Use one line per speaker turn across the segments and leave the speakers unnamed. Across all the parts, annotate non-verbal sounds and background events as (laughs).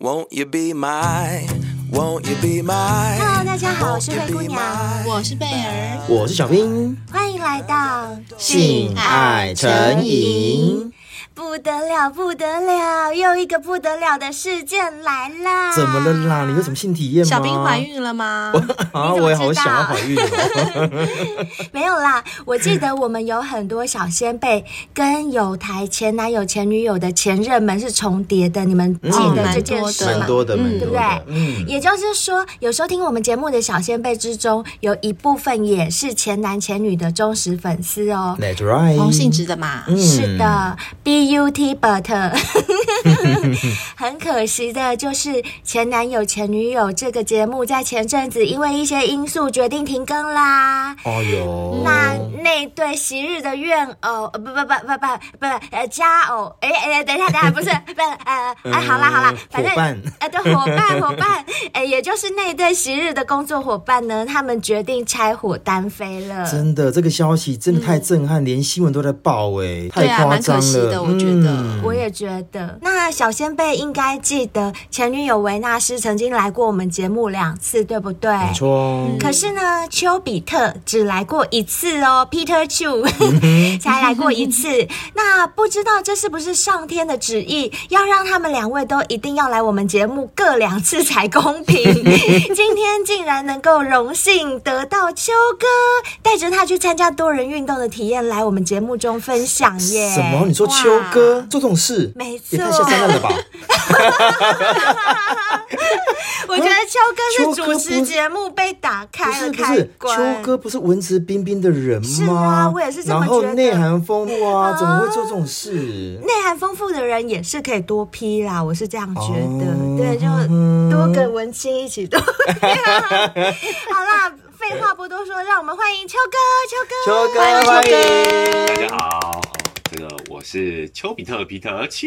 Won't you be my? Won't you be my?
Hello，大家好，我是灰姑娘，
我是贝儿，
我是小兵，
欢迎来到。
性爱成瘾，
不得了，不得了，又一个不得了的事件来啦！
怎么了啦？你有什么性体验吗？
小兵怀孕了吗？
(laughs) 啊，
你怎么
我也好
知道
想要怀孕哦。
没有啦，我记得我们有很多小先辈跟有台前男友、前女友的前任们是重叠的，你们记得这件事吗？
蛮多的，蛮
对
多
不对
的，？嗯，
也就是说，有收听我们节目的小先辈之中，有一部分也是前男前女的忠实粉丝哦。
，That's right，嗯
同性质的嘛，
是的，B U T but，很可惜的就是前男友前女友这个节目在前阵子因为一些因素决定停更啦。
哦哟，
那那对昔日的怨偶，呃不不不不不不，呃佳偶，哎哎，等一下等一
(laughs)
下，不是不是呃哎、好啦好啦
嗯，
反正
伙伴
呃对伙伴 (laughs) 伙伴，哎也就是那对昔日的工作伙伴呢，他们决定拆伙单飞了。
真的，这个消息真的太震撼，连新闻都在报哎，太
对啊
夸张
蛮可惜
了，
的我觉得
嗯
我也觉得，那小先辈应该记得前女友维纳斯曾经来过我们节目两次，对不对？
没错哦，
可是呢，丘比特只来过一次哦，Peter
嗯
Chu (laughs) 才来过一次。那不知道这是不是上天的旨意，要让他们两位都一定要来我们节目各两次才公平？
(laughs)
今天竟然能够荣幸得到丘哥，带着他去参加多人运动的体验来我们节目中分享耶！
什么？你说
哇
秋哥做这种事，
没错
也太下三滥了吧？
我觉得秋哥是
秋哥
主
不
持节目被打
不
开
是
了
不
开
是，
关。
秋哥不是文质彬彬的人吗？
是啊我也是这么
然后
觉得
内涵丰富啊，怎么会做这种事？
内涵丰富的人也是可以多批啦，我是这样觉得。
哦
对，就多跟文青一起多批啦。 (laughs) 好啦，废话不多说，让我们欢迎秋哥，秋哥。
秋哥，欢迎。
大家好，这个我是丘比特皮特丘，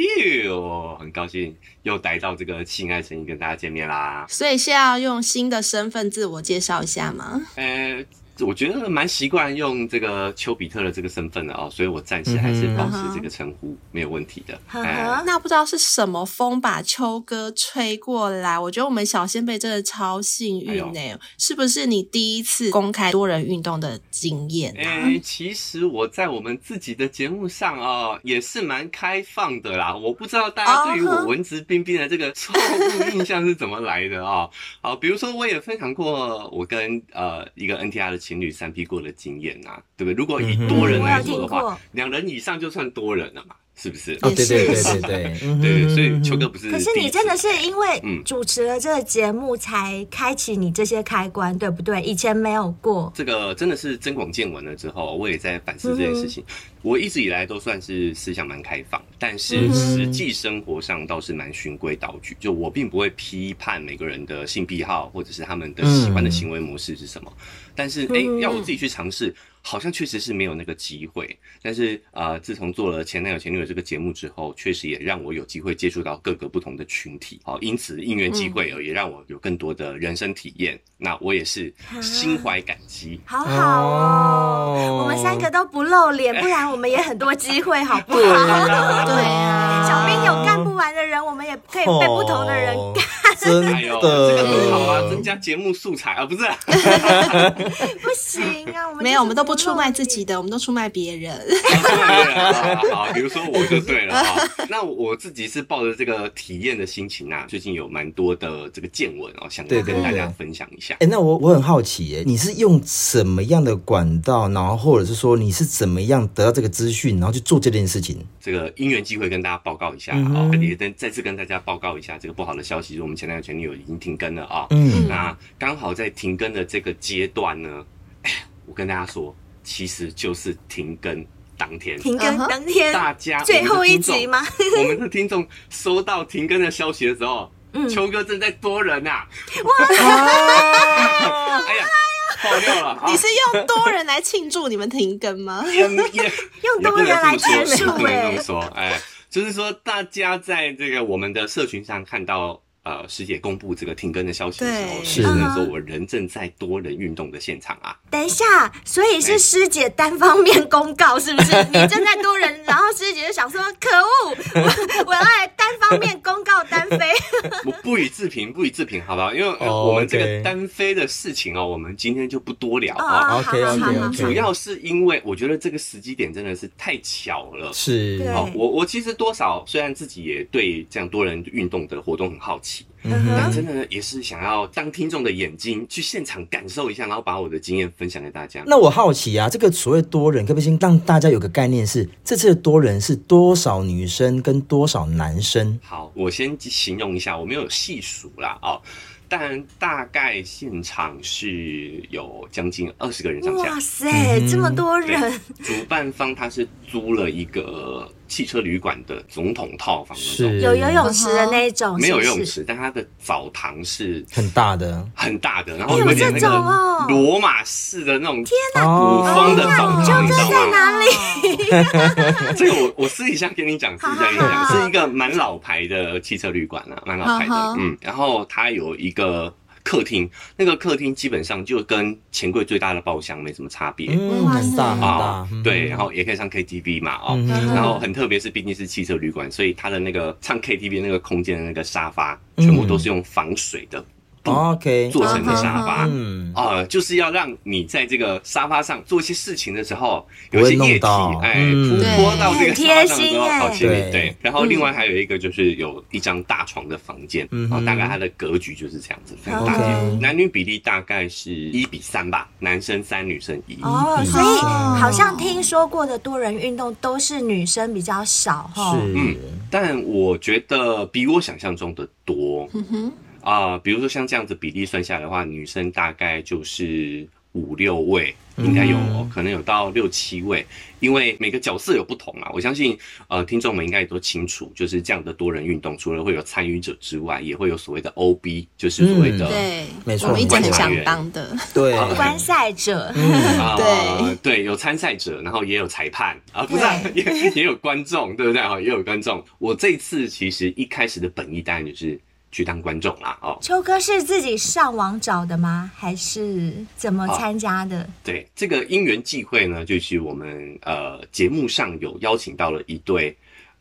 我很高兴又来到这个性爱成瘾跟大家见面啦。
所以是要用新的身份自我介绍一下吗？
呃，我觉得蛮习惯用这个丘比特的这个身份的哦，所以我暂时还是保持这个称呼没有问题的。
嗯呵
哎
呵，
那不知道是什么风把秋哥吹过来，我觉得我们小先辈真的超幸运呢、
哎
是不是你第一次公开多人运动的经验
哎、
啊？
其实我在我们自己的节目上哦，也是蛮开放的啦。我不知道大
哦
家对于
啊
我
哈
文质彬彬的这个错误印象是怎么来的哦。 (laughs) 好，比如说我也分享过我跟呃一个 NTR 的情侣三 P 过的经验啊，对不对？如果以多人来说
嗯我
的
有听过嗯
话，两人以上就算多人了嘛，是不是？
哦，
也
对对对
是
对对，
对
对
对，所以秋哥不是第
可
一
是
次来。
你真的是因为
嗯
主持了这个节目才开启你这些开关，对不对？以前没有过。
这个真的是增广见闻了之后，我也在反思这件事情。我一直以来都算是思想蛮开放，但是实际生活上倒是蛮循规蹈矩。就我并不会批判每个人的性癖好，或者是他们的喜欢的行为模式是什么。但是诶，要我自己去尝试，好像确实是没有那个机会。但是呃，自从做了前男友前女友这个节目之后，确实也让我有机会接触到各个不同的群体。好，因此因缘际会，也让我有更多的人生体验。那我也是心怀感激。
好好哦，
哦
我们三个都不露脸，不然我们也很多机会，好
嗯
不好？
对啊，
小兵有干不完的人，我们也可以被不同的人
哦真
哎呦，这个很好啊，增
的。
加节目素材啊，不是啊、
不行啊，我们就
没
是
有，我们都不
露
出卖
脸
自己的，我们都出卖别人。
好，比如说我就对了啊。那我自己是抱着这个体验的心情啊，最近有蛮多的这个见闻哦，想
对对
跟大家
对
分享一下。
哎，那我我很好奇耶，你是用什么样的管道，然后或者是说你是怎么样得到这个资讯，然后去做这件事情？
这个因缘机会跟大家报告一下啊、
嗯哼
也跟再次跟大家报告一下这个不好的消息，就是我们前男友前女友已经停更了啊、
嗯
那刚好在停更的这个阶段呢，哎，我跟大家说，其实就是停更当天，
停更
嗯哼
当天
啊大家
最后一集吗？
我们的听众我们的听众收到停更的消息的时候，秋哥正在多人呐、啊，哎呀，爆料了啊！
你是用多人来庆祝你们停更吗？
也也
用多人来结束
也不能这么说也不能
哎
这么说，哎，就是说大家在这个我们的社群上看到。呃，师姐公布这个停更的消息的时候，
对
是只能说我人正在多人运动的现场啊，
等一下，哎所
(laughs)
以是师姐单方面公告，是不是？你正在多人，然后师姐就想说，可恶，我我要来单方面公告单飞。
(laughs) 我不予置评，不予置评，好不好？因为呃
哦
我们这个
OK
单飞的事情哦，我们今天就不多聊啊。
哦
OK，OK，OK
好好好好
主要是因为我觉得这个时机点真的是太巧了。
是
对
哦，我我其实多少虽然自己也对这样多人运动的活动很好奇，
嗯
但
哼
真的也是想要当听众的眼睛去现场感受一下，然后把我的经验分享给大家。
那我好奇啊，这个所谓多人，可不可以先让大家有个概念是，这次的多人是多少女生跟多少男生？
好，我先形容一下，我没有细数啦哦，但大概现场是有将近二十个人上下
哇。塞，这么多
对
人，
主办方他是租了一个汽车旅馆的总统套房那种，
是
有游泳池的那一种，
嗯没有
是
游
不
泳
哦是。
池，但它的澡堂是
很大的
很大的，然后
有
点那
这种哦
个罗马式的那种古
哦
风的澡
周
堂，你
哥
知道
在
吗？
哪里？
(laughs) 这个我我私底下跟你讲，私底下跟你
好
讲，
好好
是一个蛮老牌的汽车旅馆啊，蛮老牌的
好好，
嗯，然后它有一个。客厅，那个客厅基本上就跟钱柜最大的包厢没什么差别啊、
嗯，很大很大，嗯
对，然后也可以唱 KTV 嘛，哦，
嗯
然后很特别是，毕竟是汽车旅馆，所以它的那个唱 KTV 那个空间的那个沙发，
嗯
全部都是用防水的
啊
嗯，OK，
做成的沙发，
嗯，
啊、就是要让你在这个沙发上做一些事情的时候，
不
有
会
一些液
弄
体
到，
哎，
嗯
扑泼到这
很
个沙发上的时候，
贴心哎
好清理。
对
对，然后另外还有一个就是有一张大床的房间，
嗯
然
哼
后大概它的格局就是这样子，非常大
OK
间，男女比例大概是一比三吧，男生三，女生一。
哦，所以
哦
好像听说过的多人运动都是女生比较少哈。
是，
嗯但我觉得比我想象中的多
嗯哼，
啊、比如说像这样子比例算下来的话，女生大概就是五六位，应该有、哦，可能有到六七位，因为每个角色有不同啊。我相信呃，听众们应该也都清楚，就是这样的多人运动，除了会有参与者之外，也会有所谓的 OB，就是所谓的、
嗯对，
没错
我们一直很想当的，
对，
观赛者，
嗯 (laughs)
啊、
对
对，有参赛者，然后也有裁判啊，不是啊、 (laughs) 也也有观众，对不对啊？也有观众。我这一次其实一开始的本意当然就是去当观众啦，哦，
秋哥是自己上网找的吗？还是怎么参加的？
对，这个因缘际会呢，就是我们呃节目上有邀请到了一对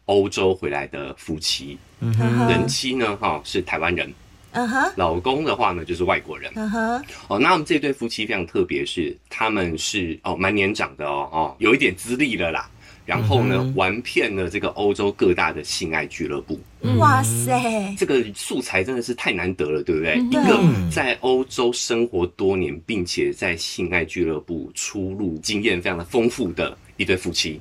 欧洲回来的夫妻，
嗯
嗯
哼，
人
哼，
妻呢哈、是台湾人，
嗯哼，
老公的话呢就是外国人。
嗯哼，
哦，那我们这对夫妻非常特别是，他们是哦蛮年长的哦哦，有一点资历了啦。然后呢，玩遍了这个欧洲各大的性爱俱乐部，
嗯
哇塞，
这个素材真的是太难得了，对不对？一
对
个在欧洲生活多年，并且在性爱俱乐部出入经验非常的丰富的一对夫妻，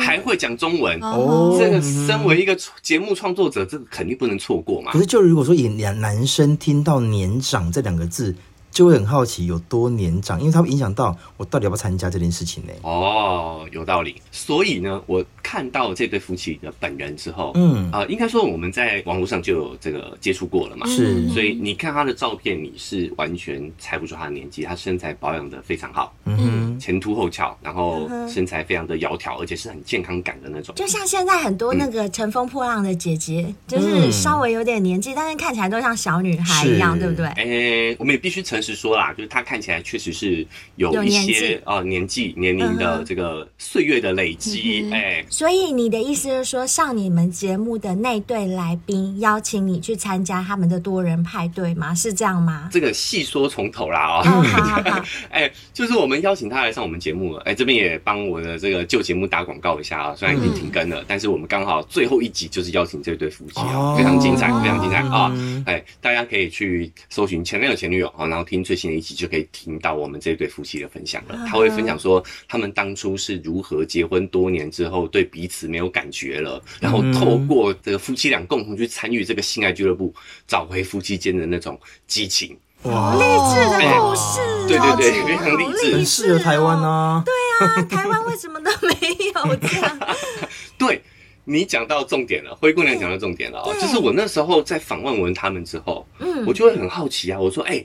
还会讲中文。
哦
这个身为一个节目创作者，这个肯定不能错过嘛
可。是就如果说以男男生听到年长这两个字，就会很好奇有多年长，因为他会影响到我到底要不要参加这件事情呢？
哦，有道理。所以呢，我看到这对夫妻的本人之后，
嗯，
啊、应该说我们在网络上就有这个接触过了嘛。
是
所以你看他的照片，你是完全猜不出他的年纪，他身材保养的非常好。
嗯哼，
前凸后翘，然后
嗯哼
身材非常的窈窕，而且是很健康感的那种。
就像现在很多那个乘风破浪的姐姐，就是稍微有点年纪，但是看起来都像小女孩一样，
嗯是
对不对？
诶、哎我们也必须诚实说啦，就是她看起来确实是有
有
一
年纪
些呃年纪、年龄
嗯
的
哼嗯
这个岁月的累积，哎、
所以你的意思是说，上你们节目的那对来宾邀请你去参加他们的多人派对吗？是这样吗？
这个细说从头啦
嗯
啊、
哦，好好好，
(laughs) 哎、就是我们邀请他来上我们节目了，哎、这边也帮我的这个旧节目打广告一下啊，虽然已
嗯
经停更了，但是我们刚好最后一集就是邀请这对夫妻啊，
哦
非常精彩，非常精彩啊
嗯！
哎、大家可以去搜寻前男友前女友啊，然后听最新的一集就可以听到我们这对夫妻的分享
嗯
了。他会分享说他们当初是如何结婚多年之后对彼此没有感觉了，然
嗯
后透过这个夫妻俩共同去参与这个性爱俱乐部，找回夫妻间的那种激情。
哇，
励志的故事哦，
对对对
真的
非常励
好
志
哦
很适合台湾啊，
对啊，台湾为什么都没有这样？
对你讲到重点了，灰姑娘讲到重点了哦，
对
就是我那时候在访问完他们之后，
(laughs) 嗯
我就会很好奇啊，我说，哎、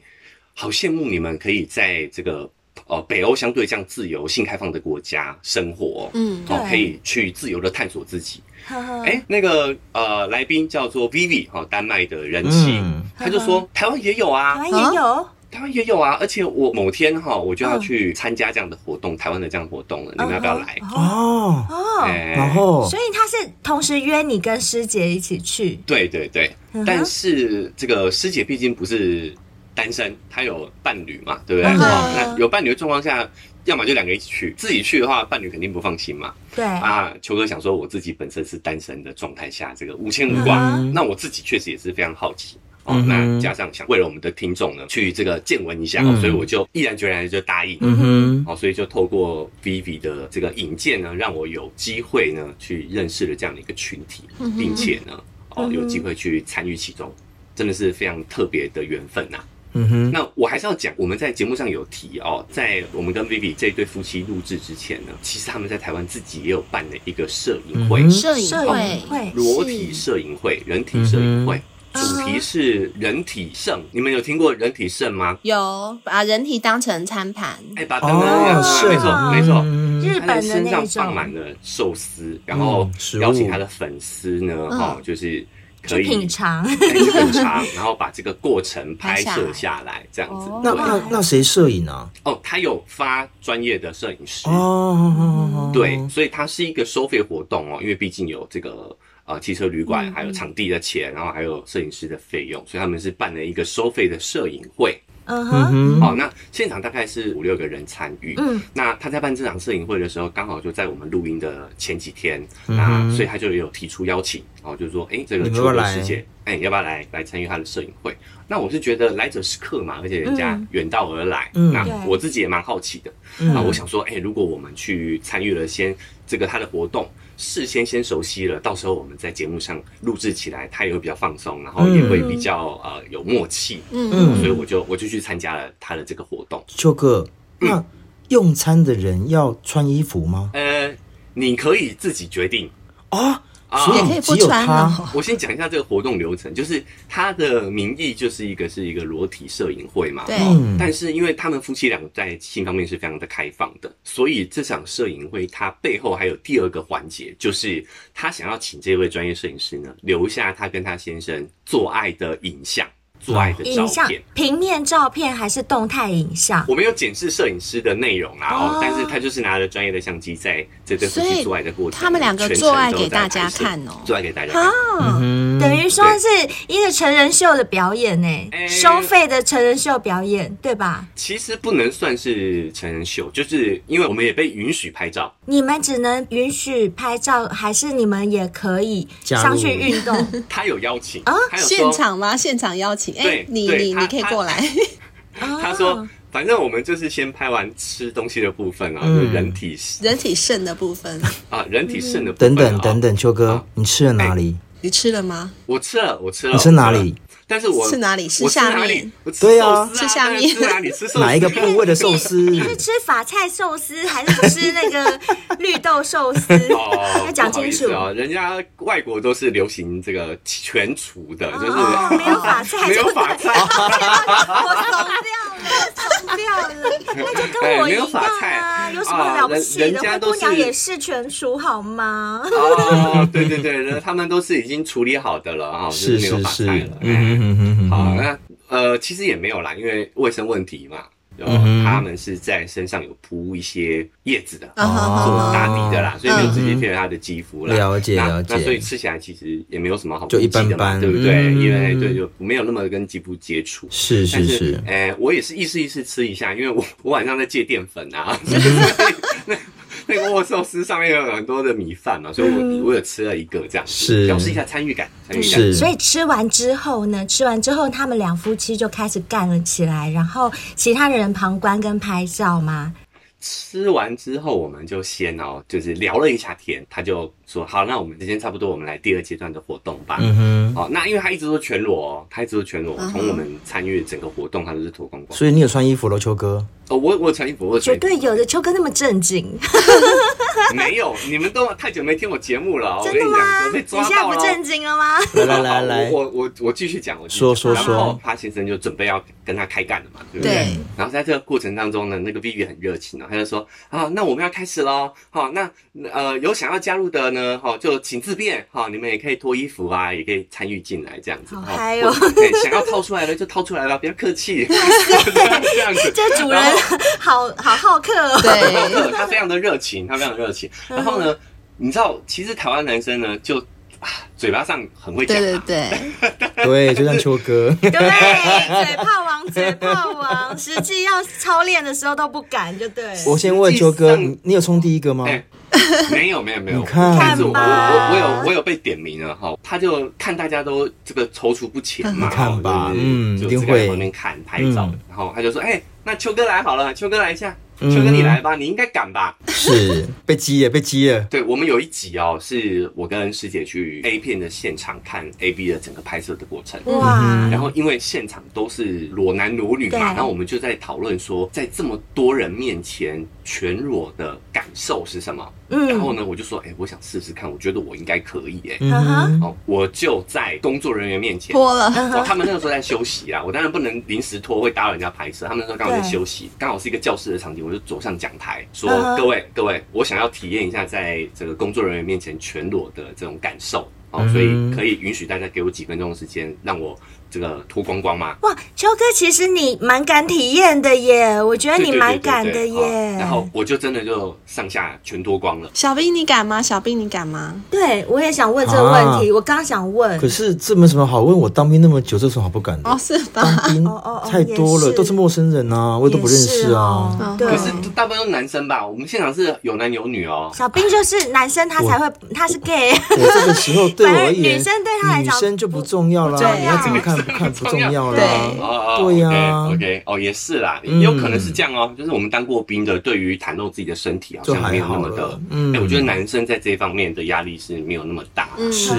好羡慕你们可以在这个呃北欧相对这样自由、性开放的国家生活，
嗯
对
哦，
嗯
可以去自由的探索自己。
呵呵
哎、那个呃，来宾叫做 Vivi 哈、哦，丹麦的人妻，
嗯
他就说台湾也有啊
台，湾也有，
台湾也有啊，而且我某天哈，我就要去参加这样的活动，台湾的这样活动了，啊你们
嗯
要不要来？
哦，
哦，
哎
然后
所以他是同时约你跟师姐一起去，
对对对
嗯哼，
但是这个师姐毕竟不是单身，她有伴侣嘛，对不对？
嗯
哦，那有伴侣的状况下，要么就两个一起去，自己去的话，伴侣肯定不放心嘛。
对，
啊，球哥想说，我自己本身是单身的状态下，这个五千
嗯
无挂，
哼
那我自己确实也是非常好奇。哦
嗯，哼
那加上想为了我们的听众呢，去这个见闻一下，
嗯
所以我就毅然决然地就答应。
嗯哼，
哦，所以就透过 Vivi 的这个引荐呢，让我有机会呢去认识了这样的一个群体，
嗯
并且呢，哦，有机会去参与其中，真的是非常特别的缘分呐、
嗯哼，
那我还是要讲，我们在节目上有提哦，在我们跟 Vivi 这对夫妻录制之前呢，其实他们在台湾自己也有办了一个摄影会，
嗯哼
摄影
摄
会
影会
裸体摄影会、人体摄影会，
嗯
主题是人体肾。你们有听过人体肾吗？
有把人体当成餐盘，
哎，把灯灯亮
哦，
啊
是，
没错没错。
嗯
日
他
本的
的身
那
上
一
放
种
满了寿司，然后
食
邀
物
请他的粉丝呢，哦，就是可
嗯去
以
品尝，
(laughs) 哎去品尝，然后把这个过程拍
拍下
摄
来
下来，这样子
哦。
那
对
那那谁摄影啊？
哦，他有发专业的摄影师，
哦，
对，所以它是一个收费活动哦，因为毕竟有这个呃汽车旅
嗯
馆，还有场地的钱，然后还有摄影师的费用，所以他们是办了一个收费的摄影会。
嗯
嗯
哼，
哼，
哦，那现场大概是五六个人参与。
嗯，
那他在办这场摄影会的时候，刚好就在我们录音的前几天，
嗯
那
哼
所以他就有提出邀请，哦，就是说，哎、这个
你们
秋
要不
哥
要来
师姐，哎、要不要来来参与他的摄影会？那我是觉得来者是客嘛，而且人家
嗯
远道而来，
嗯
那
对
我自己也蛮好奇的，
嗯
啊，我想说，哎、如果我们去参与了先这个他的活动，事先先熟悉了，到时候我们在节目上录制起来，他也会比较放松，然后也会比较、呃有默契，啊
嗯，
所以我就我就去参加了他的这个活动。
秋哥，那用餐的人要穿衣服吗？
呃，你可以自己决定
啊，
啊。
所
也可以不
只有
穿
他
哦。
我先讲一下这个活动流程，就是它的名义就是一个是一个裸体摄影会嘛，
对
嗯
但是因为他们夫妻俩在性方面是非常的开放的，所以这场摄影会它背后还有第二个环节，就是他想要请这位专业摄影师呢留下他跟他先生做爱的影像、
嗯
做爱的
影
照
像
片。
平面照片还是动态影像？
我没有检视摄影师的内容啦，
哦
哦，但是他就是拿着专业的相机在这对夫
所
妻
以
做爱的过程，
他们两个
全程
做爱
都
给
在
大家
拍摄
看哦
做爱给大家看
啊。，
嗯
等于说
对
是一个成人秀的表演呢、
哎
收费的成人秀表演，对吧？
其实不能算是成人秀，就是因为我们也被允许拍照，
你们只能允许拍照，还是你们也可以
加入
上去运
(laughs)
动？
他有邀请
啊
他有说
现场吗？现场邀请，哎
对，
你
对
你
他
你可以过来， (laughs)
他
他
说，反正我们就是先拍完吃东西的部分啊，
嗯
就是人体
人体肾的部分，
啊，人体肾的部分、
等
啊。
等等
等，
等，秋哥，你吃了哪里？
你吃了吗？
我吃了，我吃了，
你吃哪里？
但是我
吃哪里
我
吃下
哪
面
里？我吃
对啊
寿司
吃下面
当
(laughs)
然吃哪里？吃寿司
哪一个部位的寿司？
哎你是吃法菜寿司还是吃那个绿豆寿司？
(laughs) 哦，
要讲清楚
不好意思哦，人家外国都是流行这个全厨的，啊就是、
哦没有
啊
法菜
没有法菜，
(laughs) 我怂掉了，我怂掉了，那就跟我
哎
一
没有
样
法
啊，
菜
有什么了不起
啊人
的？
人家
灰
都
姑
是
娘也是全厨好吗？
哦，对对对，他们都是已经处理好的了啊、哦，就是没有
是
法
是
菜了，，哎
嗯哼哼哼哼
好，
哼，
那呃，其实也没有啦，因为卫生问题嘛，然后
嗯哼
他们是在身上有铺一些叶子的，
哦
啊哈
做
哈
打
哈，
底的啦，所以没有直接贴着他的肌肤
嗯
啦。
了解
那
了解
那所以吃起来其实也没有什么好
就一般
攻击的嘛
般
对不对？
嗯
因为对就没有那么跟肌肤接触。
是
但
是是，
哎、我也是意思意思吃一下，因为我我晚上在戒淀粉
(laughs)
啊，所以那 (laughs) 那个握寿司上面有很多的米饭嘛，所以我我有吃了一个这样子，
嗯是
表示一下参与感，参与感。
是，
所以吃完之后呢，吃完之后他们两夫妻就开始干了起来，然后其他人旁观跟拍照吗？
吃完之后，我们就先哦，就是聊了一下天，他就说好，那我们今天差不多，我们来第二阶段的活动吧。
嗯哼，
好、那因为他一直都全裸、哦，他一直都全裸，
嗯
从我们参与整个活动，他都是脱光光。
所以你有穿衣服喽，秋哥？
哦，我我有穿衣服，我有穿
绝
衣服
对有的，秋哥那么正经，
没有，你们都太久没听我节目了哦，我
真
跟
的
你
吗
讲，我？被
你
抓
现在
到
不
了
正
哦。
经了吗？ (laughs)
(laughs) 来来
好
来
好
来，
我我我继续讲，我继续
说
讲
说
然后
说
他先生就准备要跟他开干了嘛，对不对？
对
然后在这个过程当中呢，那啊个 Vivi 很热情哦，他就说啊，那我们要开始喽，好、那呃有想要加入的呢，呢，哈、就请自便，哈、你们也可以脱衣服啊，也可以参与进来这样子，
好
哈
嗨哦
或者哎对想要掏出来了就掏出来了，不要客
(laughs)
气， (laughs) 这样子。
这主人
然后
好好好客
(laughs)
哦。
(laughs)
对，
他非常的热情，他非常的热情。然后呢，你知道，其实台湾男生呢，就啊嘴巴上很会讲、
对
啊，
对对，
对，就像秋哥，
对，嘴炮王，嘴炮王，实际要操练的时候都不敢，就对了。
我先问秋哥，你你有冲第一个吗？
哎没有没有没有，
哦你看
但是我我
看吧
我我有我有被点名了哈，他就看大家都这个踌躇不前嘛，
你看吧
哈就是
嗯
就
一定
自己在
会
旁边看拍照
嗯，
然后他就说，哎，那秋哥来好了，秋哥来一下，
嗯
秋哥你来吧，你应该敢吧？
是 (laughs) 被激了，被激了。
对我们有一集哦，是我跟师姐去 A 片的现场看 A B 的整个拍摄的过程，
哇，
然后因为现场都是裸男裸
嗯
女
对
嘛，然后我们就在讨论说，在这么多人面前全裸的感受是什么。然后
嗯，
呢，我就说，哎、我想试试看，我觉得我应该可以、哎、
嗯
嗯
哼，
哦，我就在工作人员面前。
脱了，
哦，他们那个时候在休息啊，我当然不能临时拖，会打扰人家拍摄。他们那时候刚好在休息，刚好是一个教室的场景，我就走上讲台说：“
嗯哼
各位，各位，我想要体验一下在这个工作人员面前全裸的这种感受哦，所
嗯
以可以允许大家给我几分钟的时间，让我这个脱光光吗？
哇，秋哥，其实你蛮敢体验的耶，我觉得
对
你
对对
蛮
对
敢
对
的
哦
耶。
然后我就真的就上下全脱光了。
小兵你敢吗？小兵你敢吗？
对我也想问这个问题，我刚想问
啊可，是这没什么好问，我当兵那么久，这有什么好不敢的
哦，？是吧？
(laughs) 当兵
哦哦哦
太多
也是
了，都是陌生人啊，我也都不认识
也
啊。
是哦
嗯
对
可，是大部分都是男生吧，我们现场是有男有女哦。
小兵就是男生，他才会，他是 gay。
(laughs) 我这个时候对我而
反而
言，
女生对他来
女
讲
生就不重要
不重
啦，
要
你要怎么
(laughs)
看不看不重要啦。
对
哦，
对呀
o k 哦，也是啦，
嗯
有可能是这样哦，就是我们当过兵的，对于袒露自己的身体好
就
像没
还
有那
好
么
了
的，。
嗯
哎，我觉得男生在这一方面的压力是没有那么大。
嗯，
(laughs) 是，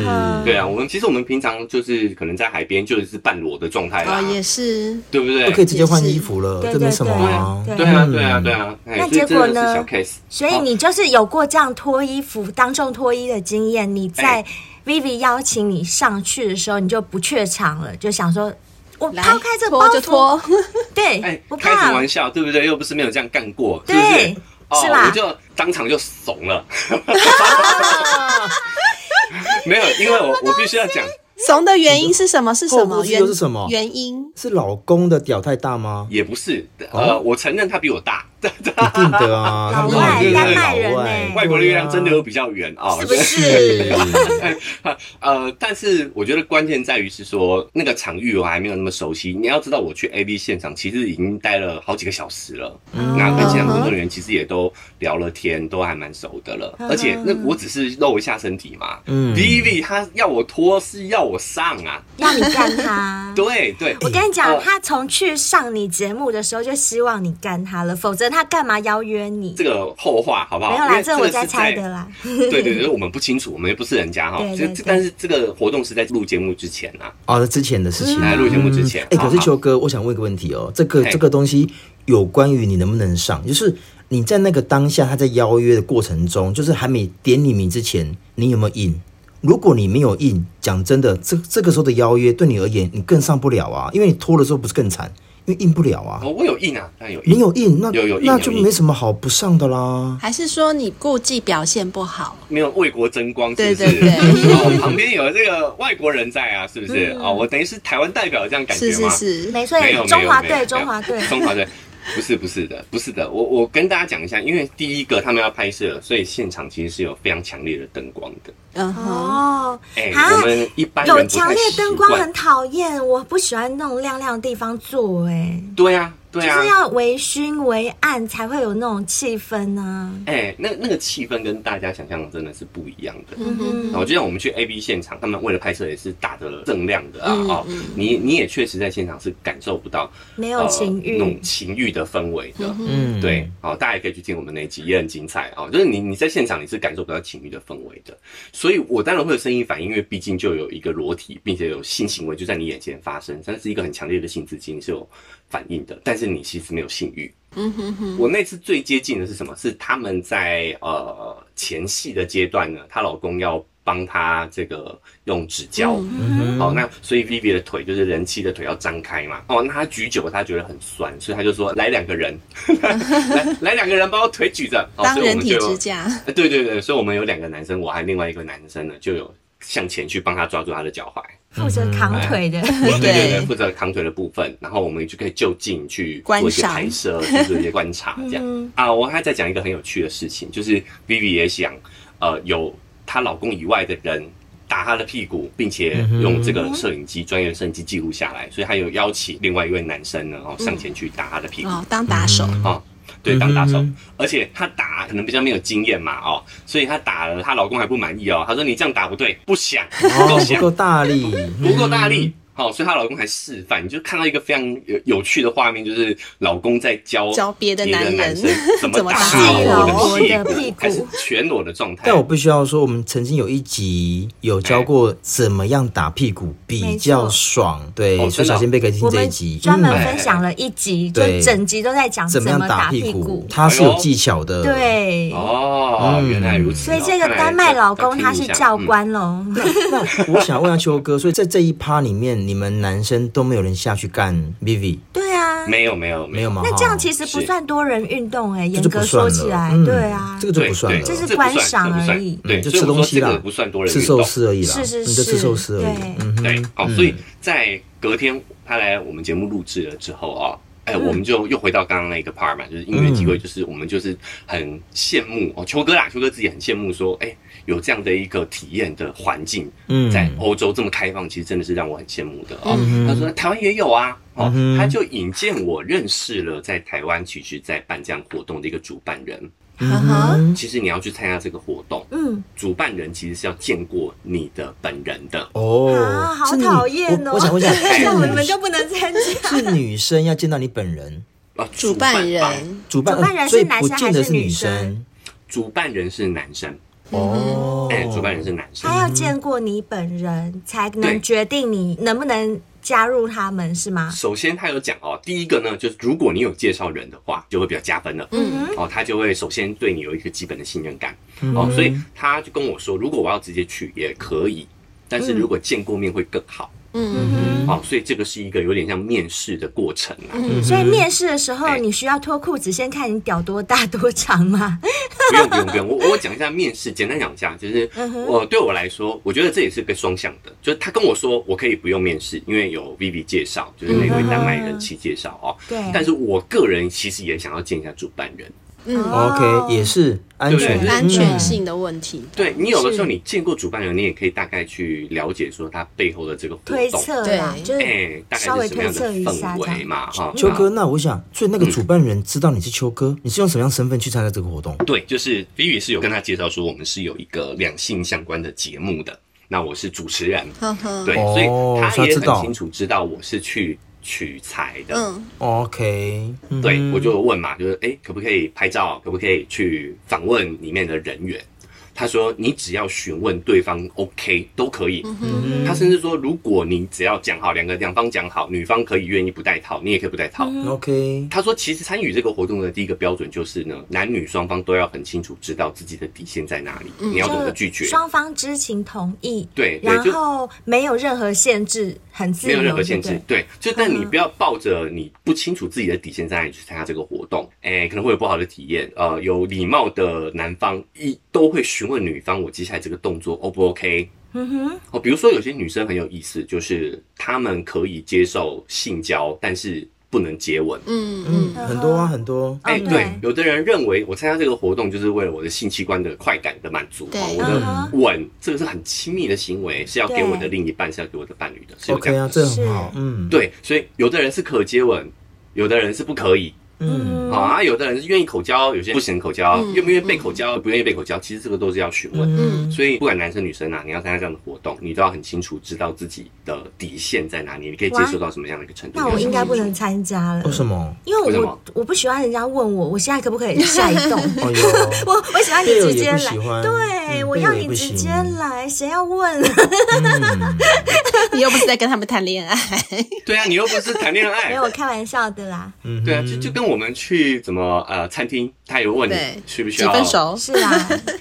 对啊，我们其实我们平常就是可能在海边就是半裸的状态啦
啊
哦，，也是，
对不
都
对？
可以直接换衣服了，
对
这没什么
对
啊
啊。
对
对啊，
嗯
对啊，对啊。哎
那
所以
结果
真的是
呢
小 case，
所以你就是有过这样脱衣服、当众脱衣的经验。你在
哎
Vivi 邀请你上去的时候，你就不怯场了，就想说，我
来
抛开这个包
脱就
袱，
脱，
哎
对，不，
开什么
怕，
玩笑，对不对？又不是没有这样干过，是不
对
是？，哦
是吧
我就当场就怂了， (laughs) 没有，因为我我必须要讲，
怂的原因是什么？是什
后
么？
顾之忧
原
是什么
原因？
(laughs) 是老公的屌太大
(laughs)
吗？
也不是，
哦
呃，我承认他比我大， (laughs)
一定的啊，
老
他们
外
一定
丹
是
麦人
老
欸
外，
外国的月亮真的有比较圆啊，
哦是不是？
对啊是
(laughs) 呃，但是我觉得关键在于是说那个场域我还没有那么熟悉。你要知道，我去 A B 现场其实已经待了好几个小时了，
嗯
那跟现场
嗯
工作人员其实也都聊了天，都还蛮熟的了。
嗯
而且那我只是露一下身体嘛，
嗯
Vivi 他要我脱是要我上啊，。
要你干他
(laughs) 对对，
嗯我跟你讲，
呃
他从去上你节目的时候就希望你干他了，否则他干嘛邀约你
这？个后话好不好？
没有
因
啦，
为
这
个
我
是在
在猜的啦。
(laughs) 对对对，我们不清楚，我们又不是人家哈
对。
这
对
这
对
但是这个活动是在录节目之前啊，
哦，那之前的事情，
哎录节目之前
嗯哎，可是
好好
秋哥，我想问一个问题哦，这个
嘿
这个东西有关于你能不能上，就是你在那个当下他在邀约的过程中，就是还没点你名之前，你有没有应？如果你没有应，讲真的，这这个时候的邀约对你而言，你更上不了啊，因为你脱的时候不是更惨，因为应不了啊。
哦，我有印啊，当然有印
你。有印，那
有有印
那
有
就
印
没什么好不上的啦。
还是说你顾忌表现不好？
没有为国争光，是
对
不是？
对对
(laughs) 哦旁边有这个外国人在啊，是不
嗯
是？哦，我等于是台湾代表这样感觉
是是
吗？
是，
没错
没有，没有
中华
没有没
队，
有
中华队。
(laughs) 中华队。不是不是的，不是的，我我跟大家讲一下，因为第一个他们要拍摄，所以现场其实是有非常强烈的灯光的。
嗯哼，
哦，
哎、
啊
我们一般人
有
不太
强烈灯光
习惯
很讨厌，我不喜欢那种亮亮的地方坐、哎、
对啊，对啊
就是，要微醺微暗才会有那种气氛啊。
哎、那那个气氛跟大家想象的真的是不一样的。
嗯哼，
哦然后就像我们去 A B 现场，他们为了拍摄也是打的锃亮的啊、
嗯
哦，你你也确实在现场是感受不到
没有情
呃、
哦
那
欲
种，情欲的氛围的。
嗯，
对，，好、大家也可以去听我们那一集，也很精彩哦。就是你你在现场你是感受不到情欲的氛围的，所以我当然会有声音反应，因为毕竟就有一个裸体，并且有性行为就在你眼前发生，它是一个很强烈的性刺激，你是有反应的，但是你其实没有性欲。
嗯哼哼，
我那次最接近的是什么？是他们在呃前戏的阶段呢，她老公要帮他这个用指教。
嗯
好，那所以 Vivi 的腿就是人妻的腿要张开嘛。哦，那他举久了，他觉得很酸，所以他就说来两个人，
(laughs)
来来两个人把我腿举着。哦，
当
所以我
人
们
体
就
支架，
呃对对对，所以我们有两个男生，我还另外一个男生呢，就有向前去帮他抓住他的脚踝。
负责扛腿
嗯
的，
对对对，
对
负责扛腿的部分，然后我们就可以就近去
观
做一些
赏嗯
拍摄，去做一些观察，这样啊。我还在讲一个很有趣的事情，就是 Vivi 也想，呃，有她老公以外的人打她的屁股，并且用这个摄影机专业的摄影机记录下来，所以她有邀请另外一位男生呢，哦，上前去打她的屁股。
哦，当打手，
哦，对，当打手，
嗯
而且他打可能比较没有经验嘛，哦，所以他打了，她老公还不满意哦，他说你这样打不对，不响，不够
哦，
响
不，够大力，
(laughs) 不够大力。好、所以她老公还示范，你就看到一个非常有有趣的画面，就是老公在教
教别的
别
男人
(laughs)
生怎么
怎么
打
打
我
老
的
婆的屁股
还是全裸的状态。
但我必须要说，我们曾经有一集有教过怎么样打屁股
哎
比较爽，对，
哦
所
真
以
的哦
小新贝可以听
我
这一
们
集，
专门
嗯
分享了一集，就
对
整集都在讲
怎么样
么
打
打
屁股呃
股，，哎
它是有技巧的，，
对。
哦，
嗯
原来如此
所
哦。
以这个
看来
丹麦老
要
公他是
要听一下
教
嗯
官喽，
(laughs) 那我想问一下秋哥，所以在这一趴里面，你们男生都没有人下去干 Vivi
对啊，
没有没有
没有吗？
那这样其
实
实不
是
算多人运动哎，
这
严
就不
格说
算了，
起来，
嗯
对啊
这，个就
对
不算
对，
了，
这是
不
观
算
赏
这不算
而已
对，
嗯就
所以
吃
我
东
说
西
这
啦
个不算多人
吃
运动
寿司而已啦，
是是
你就吃
是
寿司而已
对，
嗯哼
对，好、
嗯
所以在隔天他来我们节目录制了之后啊、哎，
嗯
我们就又回到刚刚那个 part 嘛，就是音乐机会，就是我们就是很羡慕哦，秋哥啦，秋哥自己很羡慕说，哎，有这样的一个体验的环境，
嗯
在欧洲这么开放，其实真的是让我很羡慕的哦。
嗯
他说台湾也有啊，哦，
嗯哼
他就引荐我认识了在台湾其实在办这样活动的一个主办人。
哈哈，
嗯
其实你要去参加这个活动，
嗯，
主办人其实是要见过你的本人的，
哦，
啊，好
是女
讨厌哦！
我我想我想
(laughs) 那我们
是
就不能参加。
女是女生要见到你本人，
啊，
主
办
办
方嗯
人，
主办
主办人
所以
是男
不
生
见
还
得
是
是
女
生
主办人是男生，
哦
哎、主办人是男生
啊
他，要见过你本人，才
对
能决定你能不能加入他们，是吗？
首先他有讲哦，第一个呢，就是如果你有介绍人的话，就会比较加分了。
嗯，
哦，他就会首先对你有一个基本的信任感。哦，所以他就跟我说，如果我要直接去也可以，但是如果见过面会更好。
嗯
哦，所以这个是一个有点像面试的过程啊，
所以面试的时候，
哎
你需要脱裤子，先看你屌多大多长
(laughs)
吗？
不用不用不用，我我讲一下面试，简单讲一下，就是
嗯
我、对我来说，我觉得这也是个双向的，就是他跟我说我可以不用面试，因为有 Vivi 介绍，就是那位丹麦人妻介绍哦。
嗯对
但是我个人其实也想要见一下主办人。
嗯，
哦
OK 也是安全
对
安全
嗯
性的问题，
对你有的时候你见过主办人，你也可以大概去了解说他背后的这个活
推
动，
测啦
对，
就
哎、
是
大
稍
概
微
是什么
推
样
测
的
一下这
氛围
样。
嘛哈。
秋哥，
那
那我想，所以那个主办人知道你是秋
嗯
哥，你是用什么样身份去参加这个活动？
对，就是 Vivi 是有跟他介绍说我们是有一个两性相关的节目的，那我是主持人，
呵呵，
对，
哦
所以他
所以
也
他知道
很清楚知道我是去取材的。
嗯
OK，嗯
对，我就问嘛，就是哎、诶可不可以拍照？可不可以去访问里面的人员？他说你只要询问对方 OK 都可以。他甚至说，如果你只要讲好两个两方讲好，女方可以愿意不戴套，你也可以不戴套。
嗯 OK，
他说，其实参与这个活动的第一个标准就是呢，男女双方都要很清楚知道自己的底线在哪里，你要懂得拒绝。
双方知情同意，
对对
然
就
后没有任何限制，很自
没
由，
有任何
对
限
嗯
制
不，
对，就但你不要抱着你不清楚自己的底线在哪里去参加这个活动，哎、可能会有不好的体验。呃，有礼貌的男方一都会询问女方，我接下来这个动作 O 不 OK？嗯哼，哦，比如说有些女生很有意思，就是她们可以接受性交，但是不能接吻。
嗯嗯，
嗯，很多啊，很多，
哎、
哦
对，有的人认为我参加这个活动就是为了我的性器官的快感的满足，
对
哦我
嗯哼
的吻，这个是很亲密的行为，是要给
对
我的另一半，是要给我的伴侣的，是有这
OK
样
啊，
的
这很好，嗯，
对，所以有的人是可接吻，有的人是不可以。
嗯
啊，有的人是愿意口交，有些人不行口交，愿不愿意被口交，不愿意被口交，其实这个都是要询问。
嗯
所以不管男生女生啊，你要参加这样的活动，你都要很清楚知道自己的底线在哪里，你可以接受到什么样的一个程度。
那我应该不能参加了
为。
(laughs)
什么？
因
为
为
什
我
么
我不喜欢人家问我，我现在可不可以下一
(laughs)
栋？
哦哟，
我我喜欢你
贝尔
直接
也不
来
喜，欢，
对、
嗯
我
贝
要
尔也
你
不
直
行
接来，谁要
(laughs)
问？
嗯
(laughs)
你又不是在跟他们谈
(laughs)
恋爱，
对啊，你又不是谈
(laughs)
恋
没
爱
有，。我开玩笑的啦，
嗯哼
对啊，就就跟我们去怎么呃餐厅，他也会问你
对
需不需
几
要
分，熟，
是啦，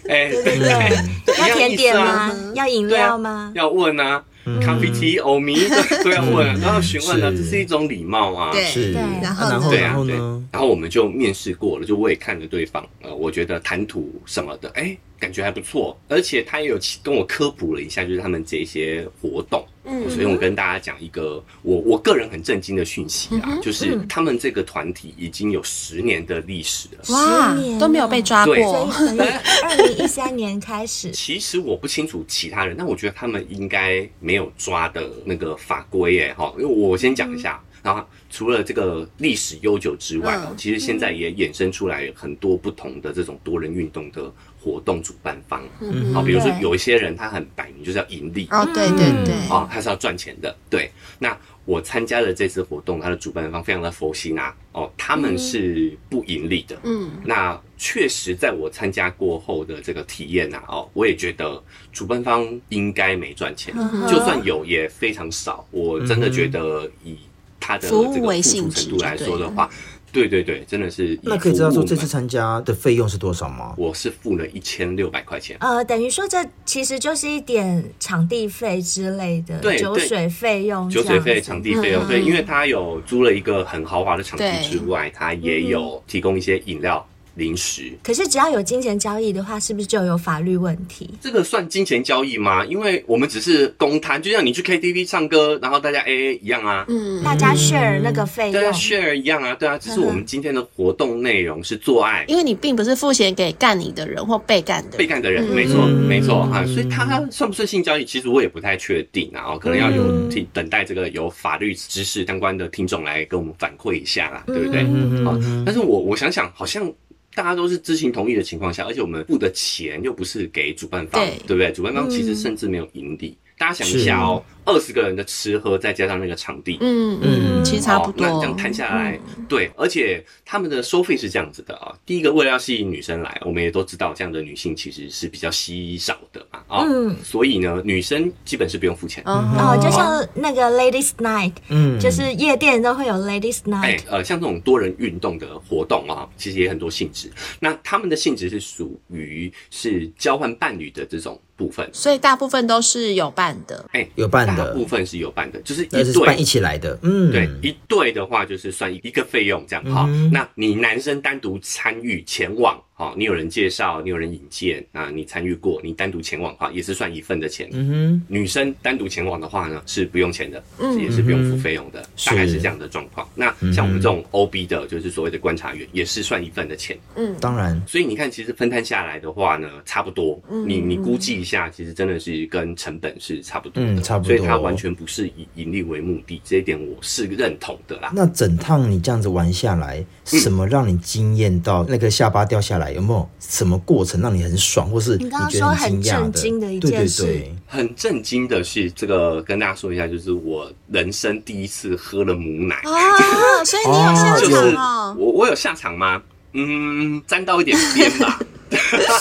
哎，对
啊对，
一
要
样
甜
意思
点
啊
吗？？要饮
对啊
料吗？
要问啊，咖啡 tea 欧米 (laughs) 都要问啊，都要询问啊，
嗯是
这是一种礼貌啊。
对
是，
对
然
然
后
后
然后
对
然
啊，
后
对
呢？，
然后我们就面试过了，就我也看了对方，呃，我觉得谈吐什么的，哎，感觉还不错，而且他也有其跟我科普了一下，就是他们这些活动，
嗯
所以我跟大家讲一个我我个人很震惊的讯息啊，就是他们这个团体已经有十年的历史了。
哇
十年，
都没有被抓
对，
所以
过，
从二零一三年开始
其实我不清楚其他人，但我觉得他们应该没有抓的那个法规耶，哈，因为我先讲一下。然后除了这个历史悠久之外，哦
嗯
其实现在也衍生出来很多不同的这种多人运动的活动主办方，
嗯
好，比如说
对
有一些人他很摆明就是要盈利，
哦，对对对，
啊，他是要赚钱的。对，那我参加了这次活动，它的主办方非常的佛心啊，哦，他们是不盈利的。
嗯，
那确实在我参加过后的这个体验啊，哦，我也觉得主办方应该没赚钱，
嗯
就算有也非常少。我真
嗯
的觉得以他的这
服
个
务
付出
为性质
程度
就
来
对
说的
了
话，对对对，真的是以
那可以知道
服
说
务
这次
门
参加的费用是多少吗？
我是付了一千六百块钱。
呃，等于说这其实就是一点场地费之类的，
对
酒
对
水费用这
酒
样子，
水费、场地费用，
嗯
对，因为他有租了一个很豪华的场地之外，他也
嗯
有提供一些饮料、零食。
可是只要有金钱交易的话，是不是就有法律问题？
这个算金钱交易吗？因为我们只是公摊，就像你去 KTV 唱歌，然后大家 AA 一样啊，
嗯，
大家 share 那个费
对啊
用，
，share 一样啊，对啊，只是我们今天的活动内容是做爱。
因为你并不是付钱给干你的人或被干的
被
人，
干的人，没错，
嗯
没错哈、所以他算不算性交易，其实我也不太确定啊，哦可能要
嗯
有听等待这个有法律知识相关的听众来跟我们反馈一下啦，对不对？
嗯
啊，但是我我想想，好像大家都是知情同意的情况下，而且我们付的钱又不是给主办方，
对嗯
不对？主办方其实甚至没有盈利。大家想一下哦，二十个人的吃喝，再加上那个场地。
嗯
嗯
嗯，其实差不多，嗯
哦，那这样摊下来，对，而且他们的收费是这样子的啊。第一个，为了要吸引女生来，我们也都知道，这样的女性其实是比较稀少的嘛啊，
嗯
所以呢，女生基本是不用付钱。
嗯，
哦，就像那个 Ladies Night，
嗯
就是夜店都会有 Ladies
哎
Night，，
呃，像这种多人运动的活动啊，其实也很多性质。那他们的性质是属于是交换伴侣的这种部分，
所以大部分都是有办的，
哎，
有伴
大
的
部，分是有伴的，就是
那
一
是办一
对。
起来的，嗯，
对一对的话，就是算一个费用这样哈、那你男生单独参与前往，哈、你有人介绍，你有人引荐啊，你参与过，你单独前往的话，也是算一份的钱。
嗯
女生单独前往的话呢，是不用钱的，也是不用付费用
嗯
的，大概是这样的状况。那像我们这种 OB 的，就是所谓的观察员，也是算一份的钱。
哼，当然，
所以你看，其实分摊下来的话呢，差不多。
嗯
你你估计一下，其实真的是跟成本是差不多的，
嗯差不多
所以它完全不是以盈利为目的，这一点我是认同的啦。
那整趟你这样子玩下来，什么让你惊艳到那个下巴掉下来？有没有什么过程让你很爽，或是
你刚刚
觉得
说
惊
很
讶
震
的？
惊的一
对对
件事
对，
很震惊的是，这个跟大家说一下，就是我人生第一次喝了母奶，
哦，所以你有下
就是
场哦，
我我有下场吗？嗯，沾到一点边吧。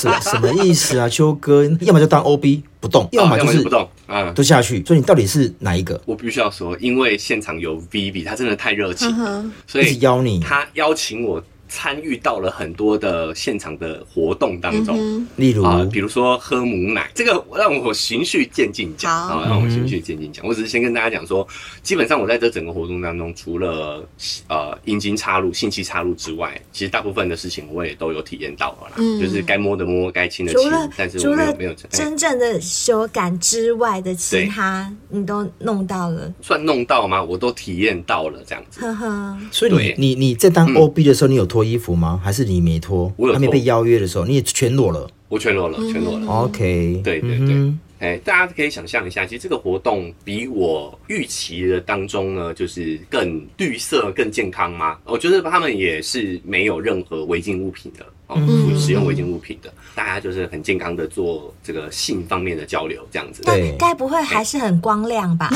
什什么意思啊？秋哥，要么就当 OB 不动，要么
啊
就是
不动啊。嗯
都下去。所以你到底是哪一个？
我必须要说，因为现场有 Vivi，他真的太热情
嗯
了，所
一直
以
邀你，
他邀请我参与到了很多的现场的活动当中。
嗯
例如，
啊，比如说喝母奶，这个让我循序渐进讲
好
啊，让我循序渐进讲。我只是先跟大家讲说，基本上我在这整个活动当中，除了呃阴茎插入、性器插入之外，其实大部分的事情我也都有体验到了啦，就是该摸的摸，该亲的
嗯除
亲
了，
但是
除
我没
了
有没有哎
真正的手感之外的其
对
他，你都弄到了，
算弄到吗？我都体验到了这样子。
呵呵。
所以你
对
你你在当
嗯
OB 的时候，你有脱衣服吗？还是你没脱
我？有
还没
脱
被邀约的时候，你也全裸了
我全裸了，全裸了。
？OK，
对对
嗯
对
哼
哎，大家可以想象一下，其实这个活动比我预期的当中呢，就是更绿色、更健康吗？我觉得他们也是没有任何违禁物品的哦，
嗯
不使用违禁物品的，大家就是很健康的做这个性方面的交流，这样子。
对
那该不会还是很光亮吧？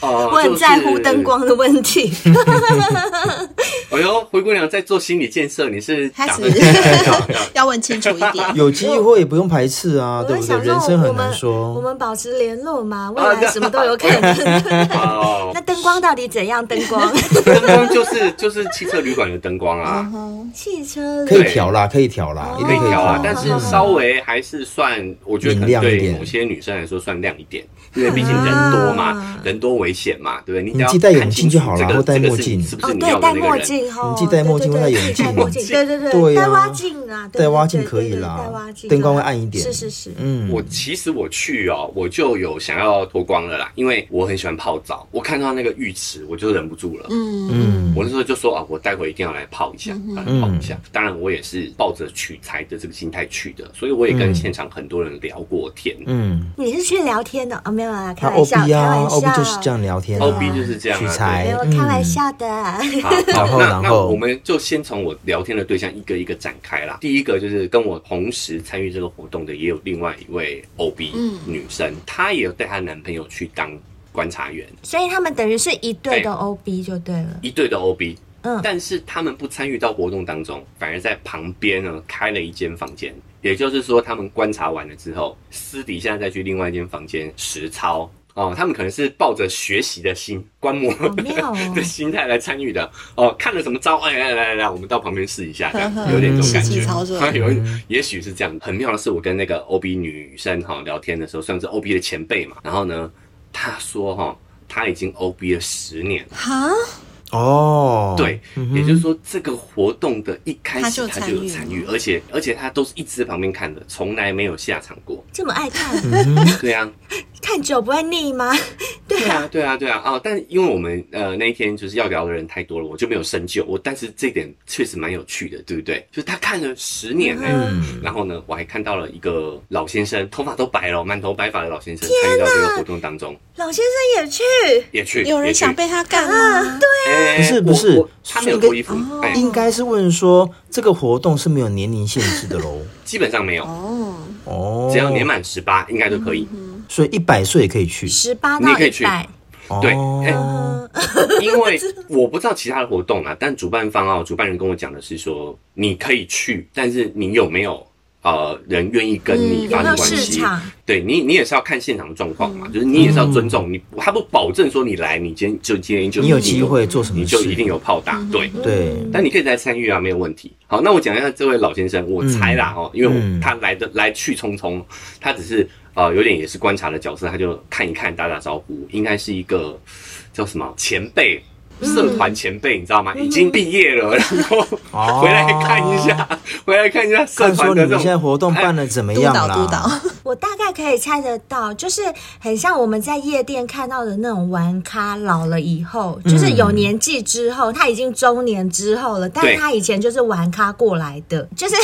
哦
我很在乎灯。光的问题。
就是哎呦，灰姑娘在做心理建设，你是
开
打
始
算
(laughs) 要问清楚一点。
有机会不用排斥啊，
我
对
就
不
想
对？人生
说，我
很难
们我
说。
们保持联络嘛，
啊
未来什么都有可能。
(laughs) 哦
(laughs) 那，灯光到底怎样？灯光，
灯光就是就是汽车旅馆的灯光啊，
汽车
可以
对
调啦，可以调啦，
哦
一
可
定
以
可以
调啊
调，。嗯
但是稍微还是算，我觉得可
明
能
亮一
对
点
某些女生来说算亮一点，因为毕竟人多嘛
啊，
人多危险嘛，对不对？你只
你
要
记戴
看
眼
清
镜就
楚
好
这
啦
个
或戴
这个
墨
是
镜
是不
哦
是，你
对
要，
戴
的那
墨
个人？
镜哦，
你既戴墨镜
对对
又
对
戴眼
自己戴
镜
墨镜，对对对，
对啊
戴蛙镜啊，对
戴蛙
对
镜
对
可以
对对
啦
戴蛙镜
灯光会
好
暗一点
是是是，
嗯，
我其实我去哦，我就有想要脱光了啦，因为我很喜欢泡澡，我看到那个浴池我就忍不住了。
嗯，
嗯
我那时候就说啊，我待会一定要来泡一下，来泡一下。当然，我也是抱着取材的这个心态去的，所以我也跟现场很多人聊过天。
嗯，
你是去聊天的哦？没有啊，开
他
玩
O
笑，开
B 啊
玩
，O B 就是
笑，
这样聊天啊
OB 就是这样啊
取
没
材
有，
嗯
开玩笑的。
(laughs) 好，好
啊然后
那
然
那
后
我们就先从我聊天的对象一个一个展开啦。第一个就是跟我同时参与这个活动的，也有另外一位 OB 女生，她也有带她男朋友去当观察员，
(laughs) 所以他们等于是一对的
哎
OB 就对了，
一对的 OB。
嗯
但是他们不参与到活动当中，反而在旁边呢开了一间房间。也就是说，他们观察完了之后，私底下再去另外一间房间实操。哦，他们可能是抱着学习的心、观摩
好妙哦
(laughs) 的心态来参与的。哦，看了什么招？哎，来来来来，我们到旁边试一下，这样
呵呵嗯
有点这种感
实
觉
际操作。
(laughs) 有，也许是这样。很妙的是，我跟那个 OB 女生哈聊天的时候，算是 OB 的前辈嘛。然后呢，她说哈，她已经 OB 了十年了。
哈，
哦，
对，也就是说这个活动的一开
他
始
就
他就有
参
参
与
与，而且而且他都是一直在旁边看的，从来没有下场过。
这么爱看，
嗯
(laughs)
对啊，
看久不会腻吗？ (laughs)
对啊，对啊，对啊。哦，但因为我们呃那一天就是要聊的人太多了，我就没有深究。我但是这点确实蛮有趣的，对不对？就是他看了十年呢、
嗯
然后呢，我还看到了一个老先生，头发都白了，满头白发的老先生参与到这个活动当中，
老先生也去，
也去
有人想被他干吗？
对
不是不是
他
是
没有
一个
脱衣服，
哦
哎、
应该是问说这个活动是没有年龄限制的喽。
基本上没有，
哦，嗯
哦，
只要年，满十八应该都可以。
所以一百岁也可以去。
十八
你
到
也可以
一
去
百，
对哎
哦，
嗯， (laughs)
因为我不知道其他的活动啊，但主办方啊，主办人跟我讲的是说，你可以去，但是你有没有呃人愿意跟你
嗯
发
有没有
生关
市
系？
场？嗯
对你，你也是要看现场的状况嘛，就是你也是要尊重你，他不保证说你来，你今天就今天就
你有
一定
机会做什么
你
事？
就一定有炮
嗯
打，对。
对，
但你可以再参与啊，没有问题。好，那我讲一下这位老先生，我猜啦哦，因为
嗯
我他来的来去匆匆，他只是呃有点也是观察的角色，他就看一看打打招呼，应该是一个叫什么前辈。社团前辈，你知道吗？已经毕业了，然后
嗯哦
回来看一下，
(laughs)
回来看一下社
看
团
说
的
你
这
们现在
种。
活动办的怎么
督
样
哎
导督导
啦？，
我大概可以猜得到，就是很像我们在夜店看到的那种玩咖，老了以后，就是有年纪之后，他已经中年之后了，但是
对
他以前就是玩咖过来的， (laughs) 就是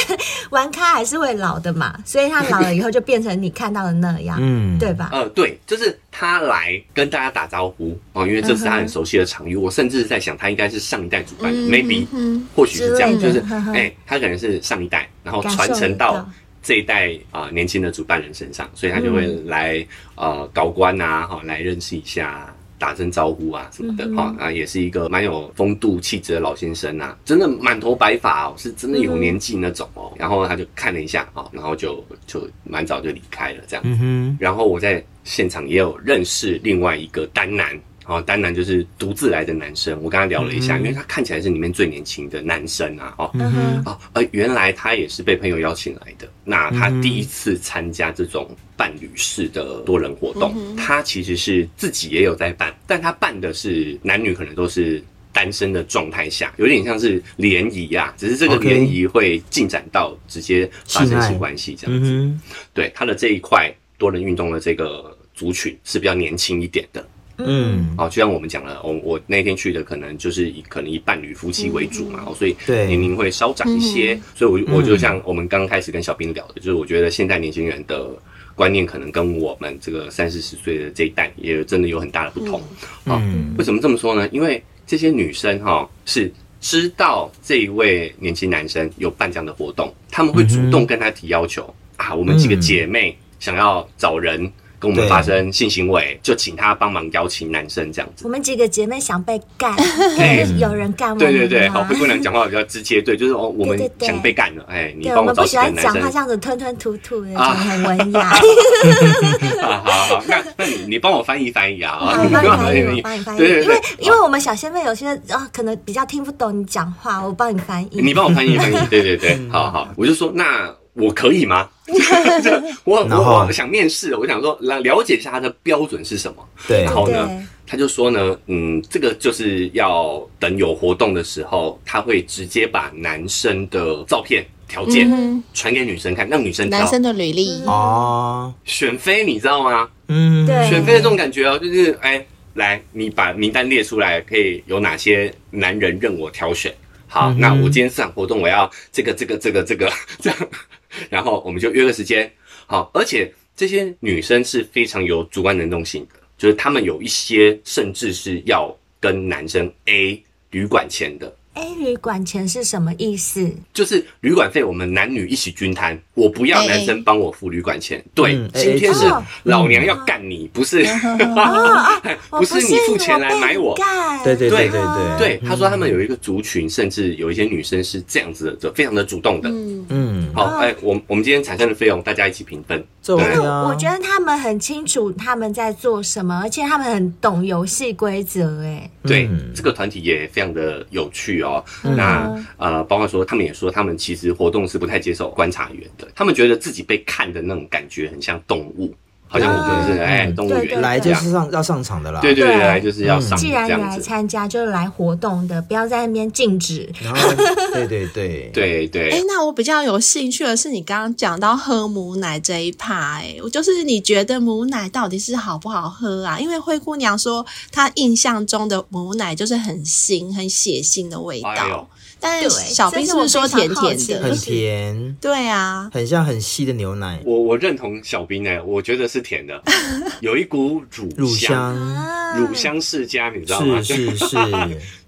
玩咖还是会老的嘛，所以他老了以后就变成你看到的那样，
嗯
对吧？
呃，对，就是他来跟大家打招呼哦，因为这是他很熟悉的场域。我甚至在想，他应该是上一代主办、
嗯
m a y b e
嗯
或许是这样，
之
就
类的
是
呵呵
哎、他可能是上一代，然后
感受
传承
得到
到这一代啊、呃年轻的主办人身上，所以他就会
嗯
来、呃搞官啊，哈、来认识一下。打声招呼啊什么
嗯
的哈、啊，也是一个蛮有风度气质的老先生啊，真的满头白发哦，是真的
嗯
有年纪那种哦。然后他就看了一下哦，然后就就蛮早就离开了这样。
嗯哼，
然后我在现场也有认识另外一个单男，哦，单男就是独自来的男生，我跟他聊了一
嗯
下，因为他看起来是里面最年轻的男生啊，哦。
嗯哼，
哦，呃，原来他也是被朋友邀请来的。那他第一次参加这种伴侣式的多人活动，
嗯
他其实是自己也有在办，但他办的是男女可能都是单身的状态下，有点像是联谊啊，只是这个
OK
联谊会进展到直接发
性
生
爱
性关系这样
嗯
子。
哼，
对他的这一块多人运动的这个族群是比较年轻一点的。
嗯，
哦，就像我们讲了，我、我那天去的可能就是以可能以伴侣夫妻为主嘛，哦，所以
对
年龄会稍长一些。所以我就我就像我们刚开始跟小兵聊的，就是我觉得现在年轻人的。观念可能跟我们这个三四十岁的这一代也有真的有很大的不同啊、
嗯
为什么这么说呢？因为这些女生哈、是知道这一位年轻男生有办这样的活动，他们会主动跟他提要求、啊，我们几个姐妹想要找人跟我们
对
发生性行为，就请他帮忙邀请男生这样子
我。们几个姐妹想被
(laughs)
干，
哎
就是有人干我们吗
对对对，好，灰姑娘讲话比较直接，对，就是哦，我们
对对对
想被干了，哎，你
对，我
帮
们
找
不
几
喜
个
欢
男
讲话
生
这，样子吞吞吐吐的，
啊
很文
(laughs)
雅。
啊 (laughs) 好好，那那你你帮我翻译翻译啊，
(laughs) 好
啊
我帮你翻译，我
翻译
帮你翻译，
(laughs) 对对
因为
对，
因为我们小仙妹有些啊，可能比较听不懂你讲话，我帮你翻译。
(laughs) 你帮我翻译翻译，对对对，好好，我就说那我可以吗？就 (laughs) 我
然后
我我想面试，我想说来了解一下他的标准是什么。
对
然，后呢，他就说呢，嗯，这个就是要等有活动的时候，他会直接把男生的照片条件
嗯
传给女生看，让女生知
男
道
生的履历，
哦，
选妃，你知道吗？
嗯，
对
选妃的这种感觉哦，就是哎，来，你把名单列出来，可以有哪些男人任我挑选？好，
嗯哼
那我今天这场活动我要这个这个这个这个 (laughs) 这样，然后我们就约个时间。好，而且这些女生是非常有主观能动性的，就是她们有一些甚至是要跟男生 A 旅馆钱的，
A 哎旅馆钱是什么意思？
就是旅馆费我们男女一起均摊，我不要
AA
男生帮我付旅馆钱。对
嗯，
今天是
AA 制
老娘要干你，不是 (laughs)
我
不是
哦是
你付钱来
被
买我。
干
对对对对
对
对
对，他说他们有一个族群，甚至有一些女生是这样子的，非常的主动的。
嗯，
嗯，
好，哎，我们我们今天产生的费用大家一起平分。
这
对
对啊，
我觉得他们很清楚他们在做什么，而且他们很懂游戏规则。哎，
对
嗯，
这个团体也非常的有趣哦。那呃，包括说他们也说，他们其实活动是不太接受观察员的，他们觉得自己被看的那种感觉很像动物，好像我们是
嗯
哎
嗯
动物园
对
这
来就
样
是上要上场的啦，
对对
对
对，来就是要上
既
嗯这
然你
样
来
子。，
参加，就来活动的，不要在那边禁止。
然后对对对
对
哎、
啊对，
那我比较有兴趣的是你刚刚讲到喝母奶这一趴，哎，我就是你觉得母奶到底是好不好喝啊？因为灰姑娘说她印象中的母奶就是很腥、很血腥的味
哎
道
呦，
但
对
是小兵是不是说甜
这是我非常好
甜
奇
的
的？
很甜，
对啊，
很像很稀的牛奶，
我我认同小兵哎，我觉得是
(laughs)
甜的，有一股
乳
乳香。
香，
啊
乳香世家，你知道吗？
是
(laughs)
是是，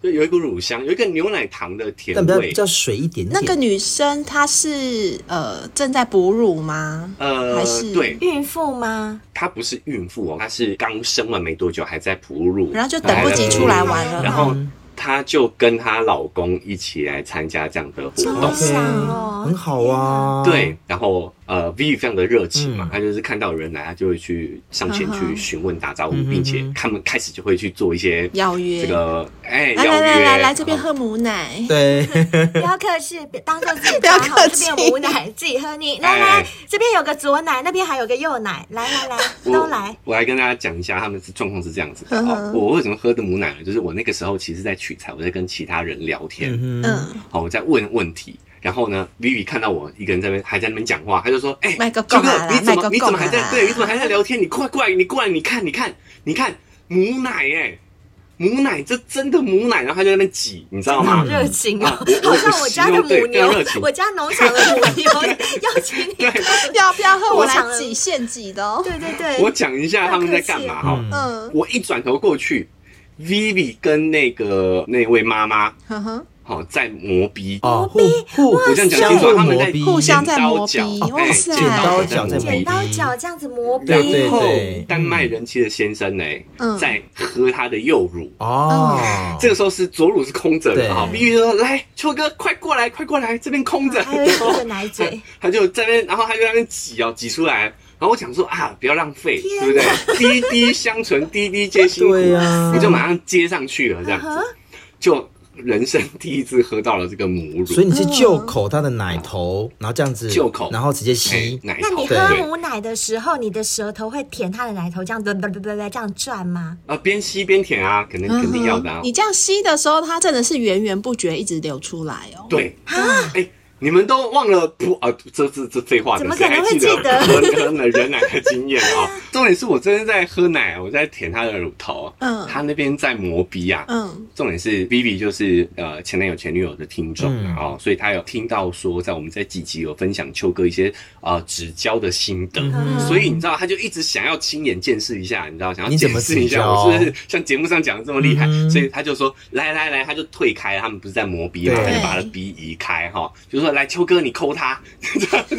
就有一股乳香，有一个牛奶糖的甜
但比较
味
比。较水一点点，
那个女生她是呃正在哺乳吗？
呃
还是，
对，
孕妇吗？
她不是孕妇哦，她是刚生完没多久，还在哺乳，
然后就等不及出来玩了。
然后她就跟她老公一起来参加这样的活
好
嗯
动。
OK，
想哦
很好啊，
对，，然后呃，V 非常的热情嘛
嗯，啊
她就是看到有人来，她就会去上前去询问、打招呼，
嗯哼
并且他们开始就会去做一些
邀约
这个哎邀
来来
约，
来来来，这边
然后
喝母奶。
对，
不要客气，别当做自己
不要
打好
客
这
气
边有母奶，自己喝你。来来
哎，
这边有个左奶，那边还有个右奶，来来来，都来。
我来跟大家讲一下，他们是状况是这样子的、
嗯
哦
哼。
我为什么喝的母奶呢？就是我那个时候其实在取材，我在跟其他人聊天，
嗯哼，
嗯， (laughs)
哦好、我在问问题。然后呢，Vivi 看到我一个人在那边还在那边讲话，他就说：“哎、
麦克
秋
够了啦
哥，你怎
麦克
么你
够
怎么还
了啦
在？对，你怎么还在聊天？你快过来，你过来，你看，你看，你看，母奶哎、母奶，这真的母奶。”然后他就在那边挤，你知道吗？
嗯
热情哦，
啊我
好像我家的
我
母
对非
牛
常热，情
我家农场的母牛要请你。
要不要喝？我
我想
来挤现挤的哦。
对对对，
我讲一下他们在干嘛哈、
嗯
嗯，
我一转头过去，Vivi 跟那个那位妈妈
呵 (laughs) 呵，
好、在磨鼻
哦，互互
我这样讲清楚，
相
他
互磨
们在
逼，
互相
剪
在
刀
磨
脚
逼
哎
哇塞
剪刀
剪刀脚在
磨
磨
剪
逼
逼
刀脚这样子磨
然
对对
逼，
后
对
丹麦人妻的先生呢，
嗯
在喝他的幼乳。
哦，
这个时候是左乳是空着
对
的，好，必须说来，秋哥，快过来，快过来，这边空着。
还有一个奶嘴，
(laughs) 他就在那边，然后他就在那边挤哦，挤出来。然后我想说啊，不要浪费，对不对？滴滴香醇，滴滴皆辛苦，
对啊呀
我就马上接上去了，这样
啊
子，就人生第一次喝到了这个母乳，
所以你
嗯
是就口它的奶头，然后这样子
就口
然后直接
哎
吸，
奶
那
头
你
对
喝母奶的时候，你的舌头会舔它的奶头，这样嘚嘚嘚嘚嘚这样转吗？
啊，边吸边舔啊，肯定肯定要的啊
嗯
嗯
你。这样吸的时候，它真的是源源不绝一直流出来哦。
对哎，你们都忘了不啊？这这这废话
啊
的，
怎么可能会
谁还记
记
(laughs) 喝喝奶人奶的经验啊、重点是我真的在喝奶，我在舔他的乳头，
嗯
他那边在磨鼻啊，
嗯，
重点是 Vivi 就是呃前男友前女友的听众
嗯
啊、哦，所以他有听到说在我们在几集有分享秋哥一些啊指教的心得，
嗯
所以你知道他就一直想要亲眼见识一下，你知道想要
你怎
见
么
识一
指
下
教
我是不是像节目上讲的这么厉害，
嗯
所以他就说来来来，他就退开，他们不是在磨鼻嘛，
对
(laughs) 他就把他的鼻移开哈、就说来秋哥你抠他，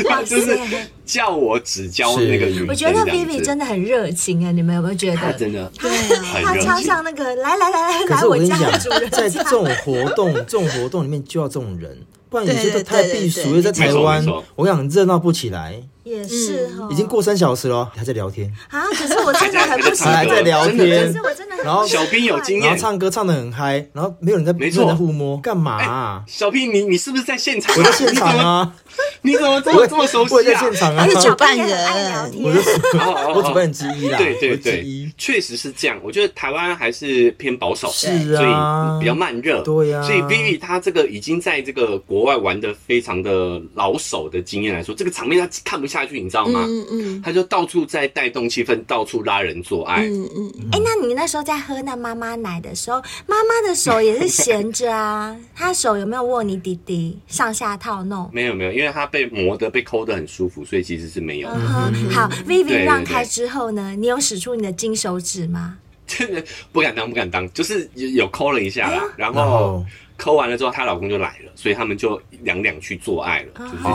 哇
就是
塞
叫我只教那个女生。
我觉得
这样
Vivi
子
真的很热情啊，你们有没有觉
她
得？
真的 (laughs)
对啊，
很
他
热
超
情
像那个，来来来来
可
来，
是我跟你
家
讲
的主，人
在
家
这种活
(laughs)
动、这种活动里面就要这种人，不然有些都
对对
太
对对
避俗
对
了。在
没
台
错没
湾
错，
我跟你讲热闹不起来，
也是
嗯
哈，
已经过三小时了，还在聊天，
啊，可是我真的很不喜
还
欢，
在聊
真的
可
天
是，我真的很
然后
不喜欢
小兵有经
然后
验，
唱歌唱的很嗨，然后没有人在，没
没
有
错哎
人在互摸，干嘛啊？
小兵你你是不是在现场啊？
我在现场
(laughs)
啊，
你怎么，你怎
我
么这么
也
这么熟
我也
悉
在
啊
现？场啊
他，是主办
小兵也很爱
人
聊
我就
天，
是
哦哦哦
我主办人之一啦，
对对
啊我之
对
一，，
确实是这样。我觉得台湾还是偏保守，
是啊
所以比较慢热。
对啊
所以 Vivi 他这个已经在这个国外玩的非常的老手的经验来说，这个场面他看不下去，你知道吗？
嗯嗯
他就到处在带动气氛，到处拉人做爱。
嗯嗯，
哎、那你那时候在喝那妈妈奶的时候，妈妈的手也是闲着啊，
嗯
她手有没有握你弟弟上下套弄？
没有没有，因为他被磨的、被抠的很舒服，所以其实是没有。
嗯哼，好，Vivi
对
让开之后呢，你有使出你的金手指吗？
真的不敢当，不敢当，就是有有抠了一下啦，然
嗯然
后
后
抠完了之后，她老公就来了，所以他们就两两去做爱了，
啊
就是去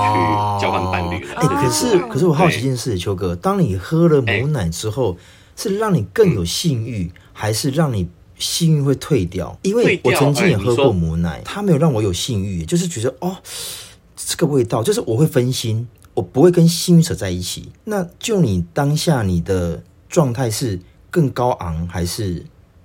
交换伴侣了。
哎，可是可是我好奇一
对
件事，秋哥，当你喝了母奶之后，是让你更有性欲，还是让你性欲会退掉？因
哎退
为我
掉
曾经
哎
也喝
你
过
说
母奶，它没有让我有性欲，就是觉得哦，这个味道，就是我会分心，我不会跟性欲扯在一起。那就你当下你的状态是更高昂，还是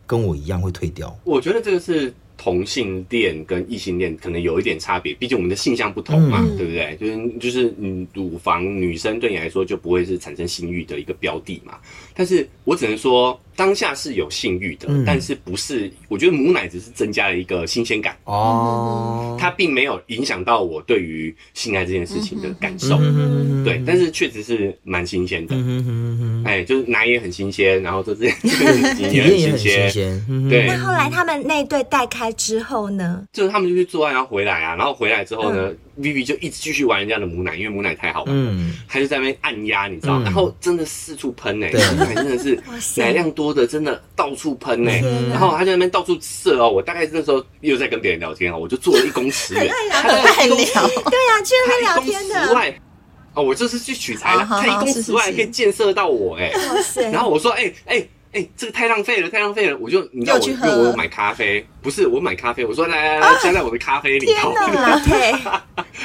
跟我一样会退掉？
我觉得这个是同性恋跟异性恋可能有一点差别，毕竟我们的性向不同嘛，
嗯
对不对？就是就是嗯，乳房女生对你来说就不会是产生性欲的一个标的嘛。但是我只能说当下是有性欲的，
嗯
但是不是？我觉得母奶只是增加了一个新鲜感，
哦，
它并没有影响到我对于性爱这件事情的感受。
嗯
对，但是确实是蛮新鲜的。
嗯哼哼哼哼
哎，就是奶也很新鲜，然后这
(laughs)
这体
体验也很新
鲜，
鲜，嗯哼
对
那后来他们那一对带开之后呢？
就是他们就去做爱，然后回来啊，然后回来之后呢、v i v i 就一直继续玩人家的母奶，因为母奶太好玩了，
嗯。
他就在那边按压，你知道，
嗯
然后真的四处喷呢、
对
欸，母奶真的是
哇塞
奶量多的，真的到处喷呢、
嗯
然后他就在那边到处射哦，我大概那时候又在跟别人聊天哦，我就坐了一公尺
(laughs) 哎
远，他大概
太
一公
聊，
对啊，去那边聊
哦他一
天
公
的
尺，外，哦，我这是去取
啊
材了，
好好
他一公
是是
尺外
是
可以建设到我哎、
哇塞
然后我说，哎、哎。哎、这个太浪费了，太浪费了！我就你知道
又
我，
去
因
喝
为我有买咖啡，不是我买咖啡，我说来来来，加在我的咖啡里
天
头， (laughs)
哪！
对，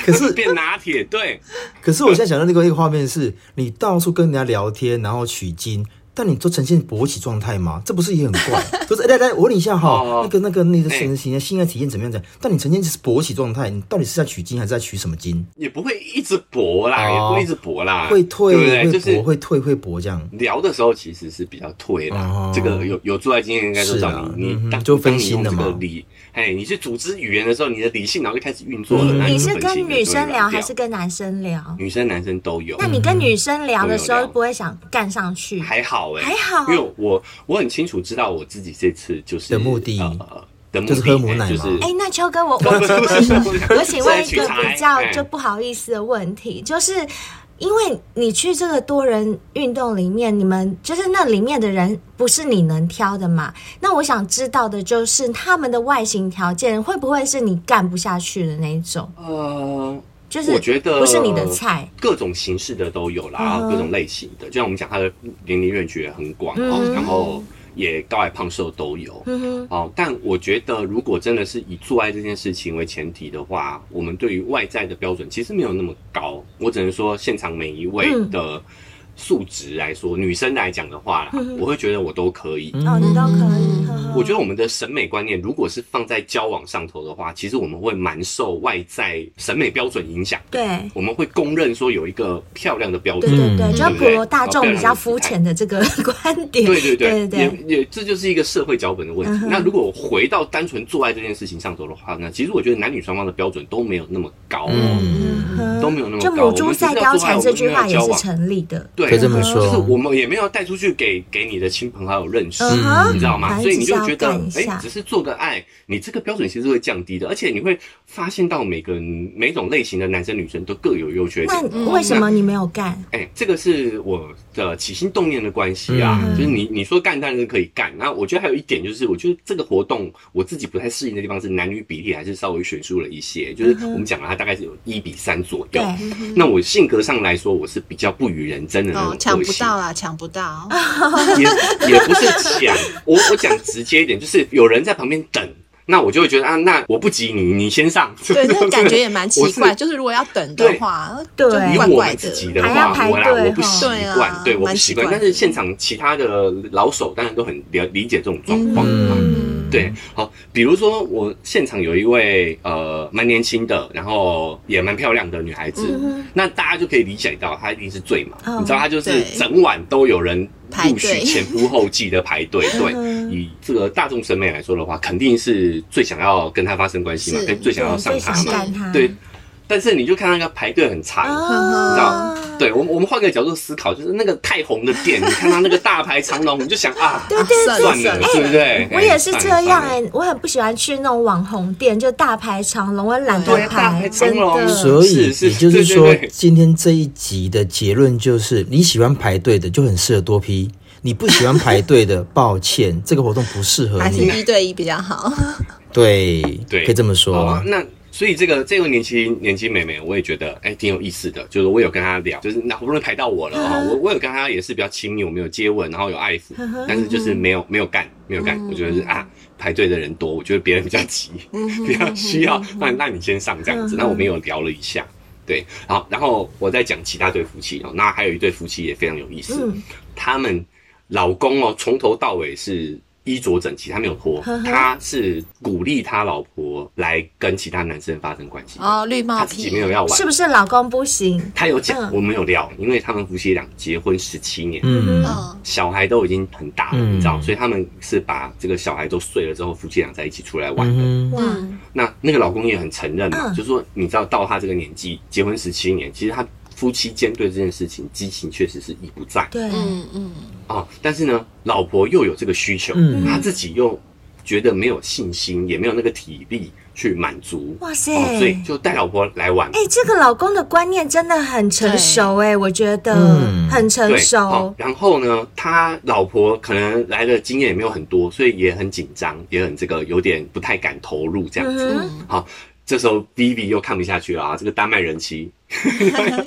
可是
变拿铁，对，
可是我现在想到那个一个画面是，你到处跟人家聊天，然后取经，但你都呈现勃起状态吗？这不是也很怪？就是哎来来，我问你一下哈
哦，
那个那个你的
哎
性性性爱体验怎么样？怎么样？但你呈现是勃起状态，你到底是在取经还是在取什么经？
也不会一直搏啦，
哦
也不会一直搏啦，
会退
对不对？
会
就是
勃，会退会勃这样。
聊的时候其实是比较退啦，
哦
这个有有做爱经验应该都知
是
道
啊，
你
嗯哼
你当
就分心了
当你
嘛
用这个理，哎，你去组织语言的时候，你的理性脑就开始运作了
嗯。
那
你
的
是
本性
跟
就
女
会
生
软
聊
掉
还是跟男生聊？
女生男生都有？
那你跟女生聊的时
都有
候，
聊
不会想干上去？
还好哎、
还好
因为我我很清楚知道我自己这次就是
的目的
呃的目
就
的
是喝母奶嘛
哎就是
哎、那秋哥，我
(laughs) 不
我
是不是 (laughs) 不是
哎我请问一
是在取
个
材
比较
哎
就不好意思的问题，就是因为你去这个多人运动里面，你们就是那里面的人不是你能挑的嘛？那我想知道的就是他们的外形条件会不会是你干不下去的那一种？
呃，
就是
我觉得
不是你的菜。
各种形式的都有啦，
嗯
各种类型的，就像我们讲，它的年龄院区也很广哦，
嗯
然后也高矮胖瘦都有。
嗯哼，
哦，但我觉得，如果真的是以做爱这件事情为前提的话，我们对于外在的标准其实没有那么高。我只能说，现场每一位
嗯
的素质来说，女生来讲的话
嗯
啦，我会觉得我都可以。
哦，你都可以。
嗯
呵呵
我觉得我们的审美观念，如果是放在交往上头的话，其实我们会蛮受外在审美标准影响。
对。
我们会公认说有一个漂亮的标
对对
准，
对，
嗯
就普罗大众
对不对
比较肤浅的这
(laughs)
个观点，
对
对
对对，
对嗯
也也这就是一个社会脚本的问题。那如果回到单纯做爱这件事情上头的话呢，其实我觉得男女双方的标准都没有那么高哦，
嗯，
嗯
都没有那么
就
高。
母
我
猪
们只
赛
是要
貂
做爱
蝉
我
这
们
句
没有
话也
交
是
往。
成立的，
对，
可以这么
就是
说。
我们也没有带出去给给你的亲朋好友认识，
嗯哼
你知道
反
吗？
正
所以你就
就是要
觉得
干一，
哎、
下
只是做个爱，你这个标准其实会降低的，而且你会发现到每个人每种类型的男生女生都各有优缺点。
那为什么你没有干？
哎、这个是我的起心动念的关系啊，
嗯
就是你你说干当然是可以干，那我觉得还有一点就是，我觉得这个活动我自己不太适应的地方是男女比例还是稍微悬殊了一些，就是我们讲了它大概是有一比三左右
对。，
嗯
那我性格上来说，我是比较不与人争的那
哦
种，
抢
个
不
性，
到啦，抢不到。
也也不是抢，我我讲直接一点，就是有人在旁边等，那我就会觉得啊，那我不急你，你先上。
对，
(laughs)
那感觉也蛮奇
我
怪，
是
就是如果要等的话，
对
就
以
怪
我
怪
们自己的
还要
话，
排
我啦
队
我不
哈
习
对啊
惯，对我不
蛮
习
奇
惯。
怪
但
的
是现场其他的老手当然都很了理解这种状况嘛。
嗯，
对，好，比如说我现场有一位呃蛮年轻的，然后也蛮漂亮的女孩子，那大家就可以理解到她一定是醉嘛，
嗯
你知道她就是
对
整晚都有人
排
陆续
队
前赴后继的排
(laughs)
队，对，
嗯
以这个大众审美来说的话，肯定是最想要跟她发生关系嘛，
是
跟最想要上
最
她
想
嘛，
干他。
对，但是你就看那个排队很长，你知道
啊，，
对我们我们换个角度思考，就是那个太红的店，你看它那个大排长龙，你就想啊，
对对
算
算
对，
了，对不对？
我也是这样
哎
哎、我很不喜欢去那种网红店，就大排长龙，我啊懒得
对大
排，
排
真
长龙
的。
所以
是是
也就是说
对对对，
今天这一集的结论就是，你喜欢排队的就很适合多批，你不喜欢排队的，抱歉，这个活动不适合
还是
你。
一对一比较好。
对，
对
可以这么
好
说
啊。那所以这个这位年轻年轻妹妹，我也觉得哎挺有意思的，就是我有跟她聊，就是那好不容易排到我
嗯
了啊、我我有跟她也是比较亲密，我们有接吻，然后有爱抚，
嗯
但是就是没有没有干没有干，我觉得是啊。排队的人多，我觉得别人比较急，
嗯
比较需要，那那你先上这样子。那我们有聊了一下，对，好，然后我再讲其他对夫妻哦，那还有一对夫妻也非常有意思，
嗯
他们老公哦，从头到尾是衣着整齐，他没有脱
呵，呵
他是鼓励他老婆来跟其他男生发生关系，
哦，绿帽
他自己没
皮
有要玩
是。不是老公不行？
他有讲
嗯，
我们有聊，因为他们夫妻俩结婚十七年，
嗯，
嗯，
小孩都已经很大了，
嗯
你知道，所以他们是把这个小孩都碎了之后，夫妻俩在一起出来玩的。
嗯哼，
哇，
嗯
那那个老公也很承认嘛，
嗯
就说你知道到他这个年纪，结婚十七年，其实他夫妻间对这件事情激情确实是已不在
对，
嗯嗯，
哦，但是呢，老婆又有这个需求，
嗯
他自己又觉得没有信心，也没有那个体力去满足，
哇塞
哦，所以就带老婆来玩。
哎、这个老公的观念真的很成熟哎、我觉得、
嗯
很成
好
熟，
哦然后呢，他老婆可能来的经验也没有很多，所以也很紧张，也很这个有点不太敢投入这样子。
嗯
好，这时候 Vivi 又看不下去了啊，这个丹麦人妻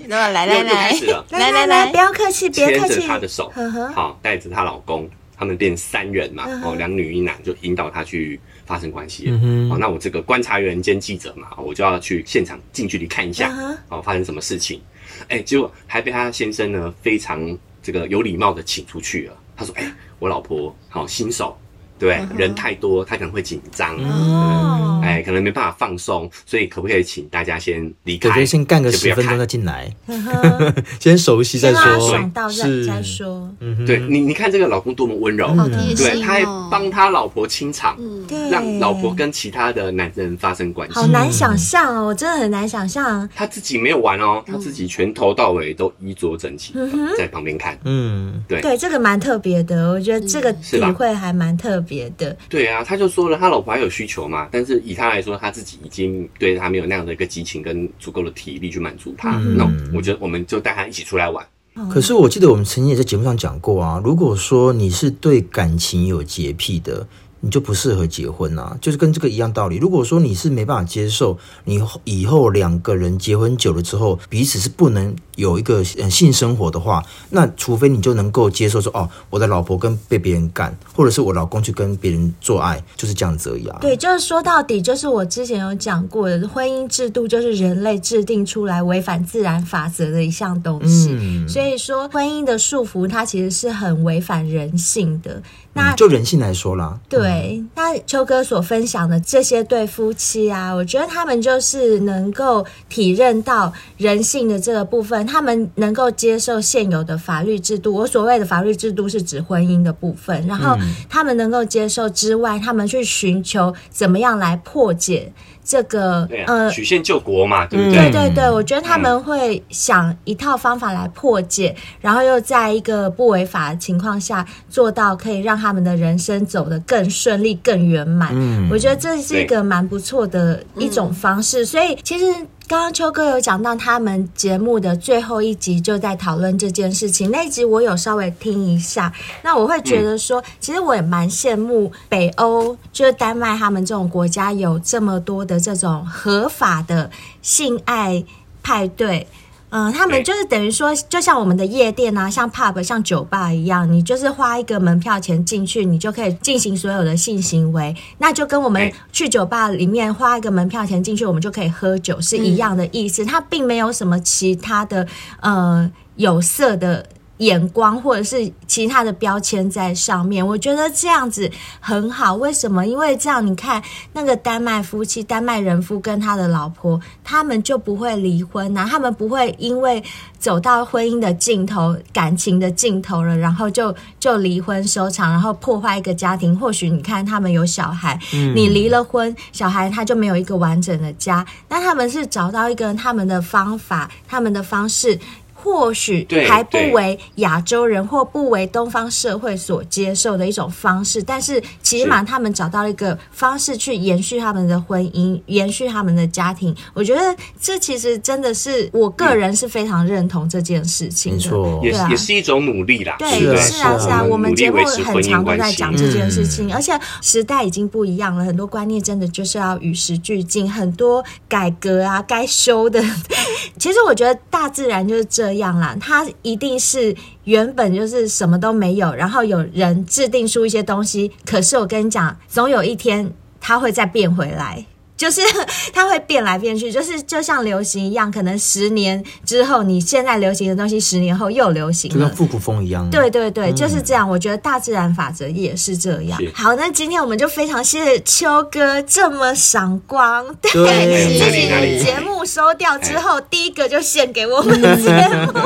那来
又
来
又开
来
始，了，
来来
来
来，
来
不要客气， (laughs) 别
牵
客
着
气，
她的手
呵呵，
好，带着她老公，他们变三人嘛
嗯，哼
哦，两女一男，就引导她去发生关系了。
嗯
哦，
哼，
那我这个观察员兼记者嘛，哦我就要去现场近距离看一下
嗯哼，
哦，发生什么事情？哎，结果还被他先生呢非常这个有礼貌的请出去了。他说：“哎，我老婆好新手，对
嗯
不对，人太多，她可能会紧张，
哦，
哎，可能没办法放松，所以可不可以请大家先离
我觉
开，
得先干个
先不
十
要
分钟
看
再进来，
呵呵，
(laughs) 先熟悉再
嗯先让他
说
爽到。再再
是，
说，
嗯哼
对你，你看这个老公多么温
嗯
柔，
好贴
对，
心
他还
哦，
帮他老婆清场，
对，
让老婆嗯跟其他的男人发生关系
好。难想象哦，我真的很难想象，
他自己没有玩哦，
嗯
他自己全头到尾都衣着整齐，在旁边看。
嗯，
对
对，这个蛮特别的，我觉得这个
是
体
吧
会还蛮特别的。
对啊，他就说了，他老婆还有需求嘛，但是以他来说，他自己已经对他没有那样的一个激情跟足够的体力去满足他。
嗯
那我觉得我们就带他一起出来玩。
哦
可是我记得我们曾经也在节目上讲过啊，如果说你是对感情有洁癖的，你就不适合结婚啊，就是跟这个一样道理。如果说你是没办法接受你以后两个人结婚久了之后，彼此是不能有一个呃性生活的话，那除非你就能够接受说哦，我的老婆跟被别人干，或者是我老公去跟别人做爱，就是这样子而已啊。
对，就是说到底，就是我之前有讲过的，婚姻制度就是人类制定出来违反自然法则的一项东西。
嗯，
所以说，婚姻的束缚它其实是很违反人性的。那、
嗯就人性来说啦，嗯
对，那秋哥所分享的这些对夫妻啊，我觉得他们就是能够体认到人性的这个部分，他们能够接受现有的法律制度。我所谓的法律制度是指婚姻的部分，然后他们能够接受之外，他们去寻求怎么样来破解这个
对啊，
呃
曲线救国嘛，对不嗯
对
对？
对对，我觉得他们会想一套方法来破解，然后又在一个不违法的情况下做到可以让他们的人生走得更顺利、更圆满。
嗯
我觉得这是一个蛮不错的一种方式。所以其实。刚刚秋哥有讲到，他们节目的最后一集就在讨论这件事情。那一集我有稍微听一下，那我会觉得说，其实我也蛮羡慕北欧，就是丹麦他们这种国家有这么多的这种合法的性爱派对。嗯，他们
对
就是等于说，就像我们的夜店啊，像 pub、像酒吧一样，你就是花一个门票钱进去，你就可以进行所有的性行为。那就跟我们
对
去酒吧里面花一个门票钱进去，我们就可以喝酒是一样的意思。它并没有什么其他的呃有色的眼光或者是其他的标签在上面。我觉得这样子很好。为什么？因为这样你看那个丹麦夫妻、丹麦人夫跟他的老婆，他们就不会离婚呐、他们不会因为走到婚姻的尽头、感情的尽头了，然后就就离婚收场，然后破坏一个家庭。或许你看他们有小孩，
嗯
你离了婚，小孩他就没有一个完整的家。那他们是找到一个他们的方法、他们的方式。或许
对
还不
对
为亚洲人或不为东方社会所接受的一种方式，但是起码
是
他们找到一个方式去延续他们的婚姻，延续他们的家庭。我觉得这其实真的是我个人是非常认同这件事情的。
没错
也
对啊
也是一种努力啦，
对，
不对？
是
啊
啊，
是
是
啊
啊，我们
努
节
力
目
维持
很
婚姻
常都
关
在
系。
讲这件事
嗯
情，而且时代已经不一样了，很多观念真的就是要与时俱进，很多改革啊，该修的。 (laughs) 其实我觉得大自然就是这样啦，它一定是原本就是什么都没有，然后有人制定出一些东西，可是我跟你讲，总有一天它会再变回来。就是 (laughs) 它会变来变去，就是就像流行一样，可能十年之后，你现在流行的东西，十年后又流行
就
了
跟，复古风一样。啊
对，对对，
嗯
就是这样。我觉得大自然法则也是这样
是。
好，那今天我们就非常谢谢秋哥这么赏光，对
对
自
哪里
己
哪里
节目收掉之后，
哎
第一个就献给我们节
(laughs)
目。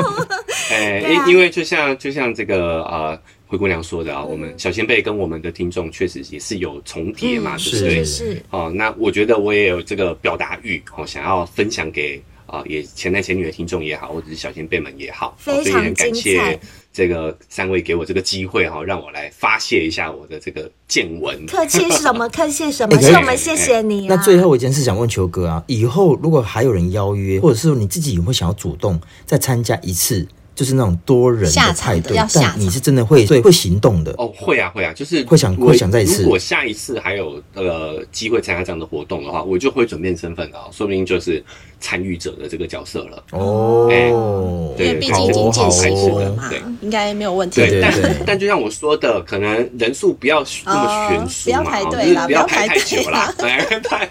哎，
对啊
因因为就像就像这个呃灰姑娘说的啊，我们小前辈跟我们的听众确实也是有重叠嘛，
嗯嗯
对不
是？
对
是，
哦，那我觉得我也有这个表达欲，哦，想要分享给啊、也前男前女的听众也好，或者是小前辈们也好，哦
非常
所以也很感
精彩
谢这个三位给我这个机会哈、哦，让我来发泄一下我的这个见闻。
客气什
(laughs)
么？客气什
哎
么？
可以哎
是我们谢谢你啊
那
啦。
最后一件事想问球哥啊，以后如果还有人邀约，或者是你自己有没有想要主动再参加一次，就是那种多人
下场
派
的
对
要，下
但
场
你是真的会对会行动的。
哦，会啊，会啊，就是
会想
我
会想再一次
如果下一次还有呃机会参加这样的活动的话，我就会转变身份了、哦，说不定就是参与者的这个角色了。
哦
哎，
因为
对
毕竟已经
好
见
见
识
识
过
过
了
了
嘛
嘛对，
应该没有问题。
对对对
但但就像我说的，可能人数不要那么悬殊
哦不要
嘛，
排
哦
队
就是
啦
不
不要
要
排
排太
队
久啦， (laughs) 哎排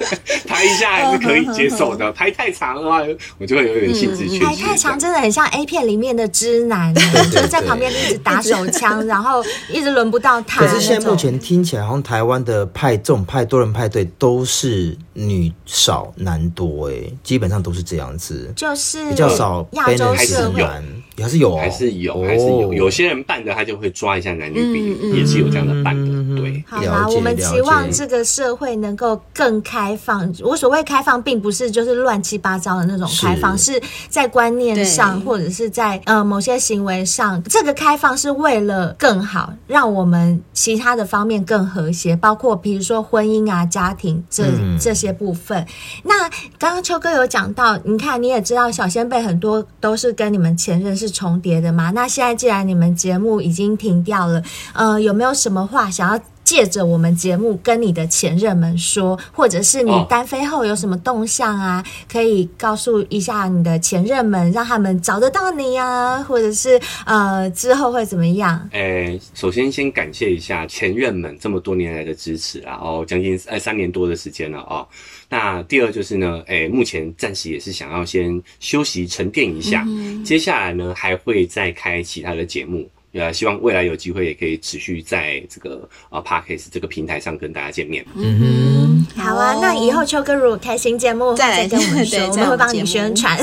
排一
(laughs)
下还是可以接受
嗯
的，排太长的话，我就会有点兴致缺
排
缺。
太长哎真的很像 A 片里面的直男，啊
对
就是在旁边一直打手枪，然后一直轮不到他
可
那种。
是现在目前听起来，好像台湾的派这种派多人派对都是女少男多、哎，基本上都是这样子，
就是
比较少
嗯亚洲
balance
社会
有
男，还是有哦，
还是有，还是有，
哦
有些人办的他就会抓一下男女比
嗯嗯
例，也是有这样的办
嗯
的，
嗯
对。
好
了
啦，
解
我们
了
期望
解
这个社会能够更开放。我所谓开放，并不是就是乱七八糟的那种开放，是在观念上，
对
或者是在呃某些行为上。这个开放是为了更好，让我们其他的方面更和谐，包括比如说婚姻啊、家庭这、
嗯
这些部分。那刚刚秋哥有讲到，你看你也知道，小先辈很多都是跟你们前任是重叠的嘛。那现在既然你们节目已经停掉了，呃，有没有什么话想要借着我们节目跟你的前任们说，或者是你
哦
单飞后有什么动向啊？可以告诉一下你的前任们，让他们找得到你啊，或者是呃之后会怎么样？
哎，首先先感谢一下前任们这么多年来的支持啊，哦，将近呃三年多的时间了哦。那第二就是呢，哎，目前暂时也是想要先休息沉淀一下，
嗯
接下来呢还会再开其他的节目。呃，希望未来有机会也可以持续在这个呃 p a r k a s 这个平台上跟大家见面。
嗯哼。
好啊，那以后秋哥如果开新节目，
哦再来
跟我们说，
对
我
在
们
我
会
们
帮
节
你
目
宣传。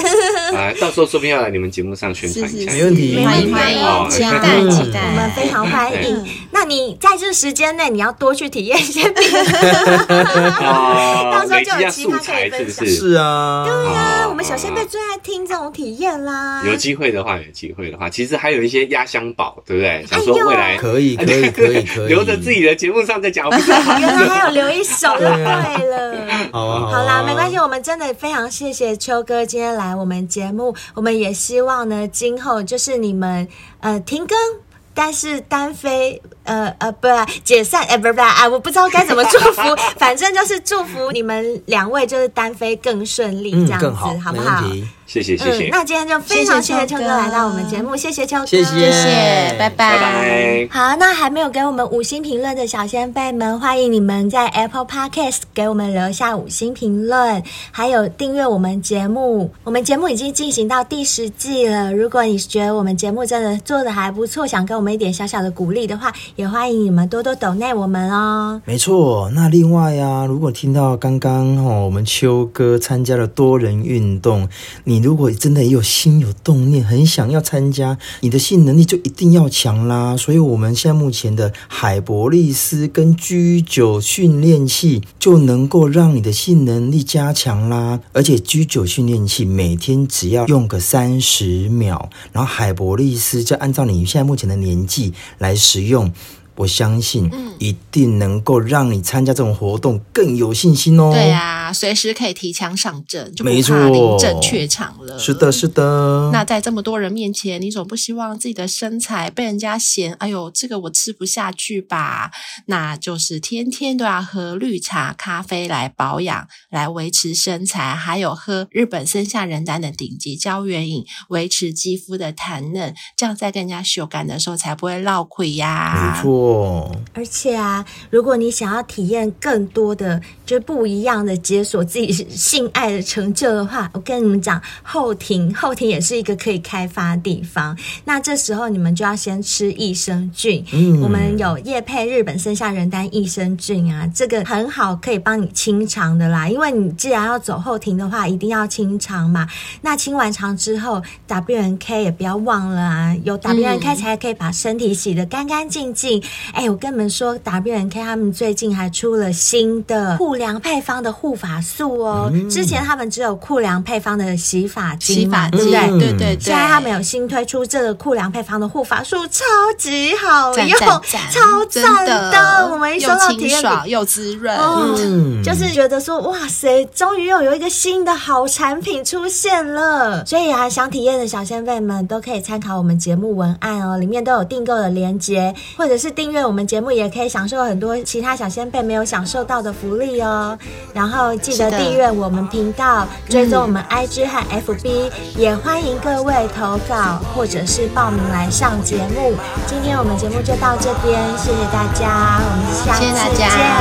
啊，到时候说不定要来你们节目上宣
是
传
是
一下。
没问题
是
(laughs)
欢迎
没问
欢
题
迎，
哦
期
哎
待
嗯
期
我们
待。
非常欢迎
嗯。
那你在这时间内，你要多去体验一些别的。 (laughs) 到
啊，
时候
累
就
积一
有其他
下素
可以
材是
分
不
享。
是？
是啊，
对啊，
哦
我们小仙贝最爱听这种体验啦。
有机会的话，有机会的话，其实还有一些压箱宝，对不对？想说
哎呦
未来
可以可以可 (laughs) 以可以，
(laughs) 留着自己的节目上再讲，不是
(laughs)
好
原来还有留一手就对
(laughs)
了。
好啊，
好啦，没关
系。
系，我们真的非常谢谢秋哥今天来我们节目，我们也希望呢，今后就是你们呃停更。但是单飞，呃呃，不解散，哎、不是不是啊，我不知道该怎么祝福，反正就是祝福你们两位就是单飞更顺利，
嗯
这，样子、
更好，
好不
没
好嗯
问？题。
谢谢谢谢，
那今天就非常谢谢
谢谢
秋
秋
哥
哥
来到我们节目，谢谢秋哥，
谢谢
谢谢，拜
拜拜。
好，那还没有给我们五星评论的小先辈们，欢迎你们在 Apple Podcast 给我们留下五星评论，还有订阅我们节目。我们节目已经进行到第十季了，如果你觉得我们节目真的做的还不错，想给我们一点小小的鼓励的话，也欢迎你们多多抖内我们哦。
没错，那另外呀、如果听到刚刚哦，我们秋哥参加了多人运动，你如果真的也有心有动念，很想要参加，你的性能力就一定要强啦。所以，我们现在目前的海博利斯跟 G 九训练器就能够让你的性能力加强啦。而且 G 九训练器每天只要用个三十秒，然后海博利斯就按照你现在目前的年纪来使用。我相信，
嗯
一定能够让你参加这种活动更有信心哦。
对，啊，随时可以提枪上阵，就不
没错
怕临阵怯场了。
是的，是的。
那在这么多人面前，你总不希望自己的身材被人家嫌，哎呦，这个我吃不下去吧？那就是天天都要喝绿茶、咖啡来保养，来维持身材，还有喝日本森下仁丹的顶级胶原饮，维持肌肤的弹嫩，这样在跟人家秀感的时候才不会落亏呀。
没错，
而且啊，如果你想要体验更多的就不一样的解锁自己性爱的成就的话，我跟你们讲，后庭后庭也是一个可以开发的地方。那这时候你们就要先吃益生菌。
嗯
我们有叶配日本生下人丹益生菌啊，这个很好，可以帮你清肠的啦。因为你既然要走后庭的话，一定要清肠嘛。那清完肠之后，WNK 也不要忘了啊，有
嗯
WNK 才可以把身体洗得干干净净。哎、我跟你们说，WNK 他们最近还出了新的护良配方的护发素哦。
嗯
之前他们只有护良配方的洗发
洗
精嘛，
发嗯
嗯
对
剂，
不对？
对对对，
现在他们有新推出这个酷良配方的护发素，超级好
赞
用，
赞赞，
哦超赞
真的，
我们一收
又
到体
清
验
爽又滋润。
哦，
嗯
就是觉得说，哇塞，终于又有一个新的好产品出现了。所以啊，想体验的小先辈们都可以参考我们节目文案哦，里面都有订购的链接，或者是订阅我们节目，也可以享受很多其他小先辈没有享受到的福利哦。然后记得
是的
订阅我们频道，追踪我
嗯
们 IG 和 FB，、也欢迎各位投稿或者是报名来上节目。今天我们节目就到这边，谢谢大家，我们下次
谢
见，
谢大家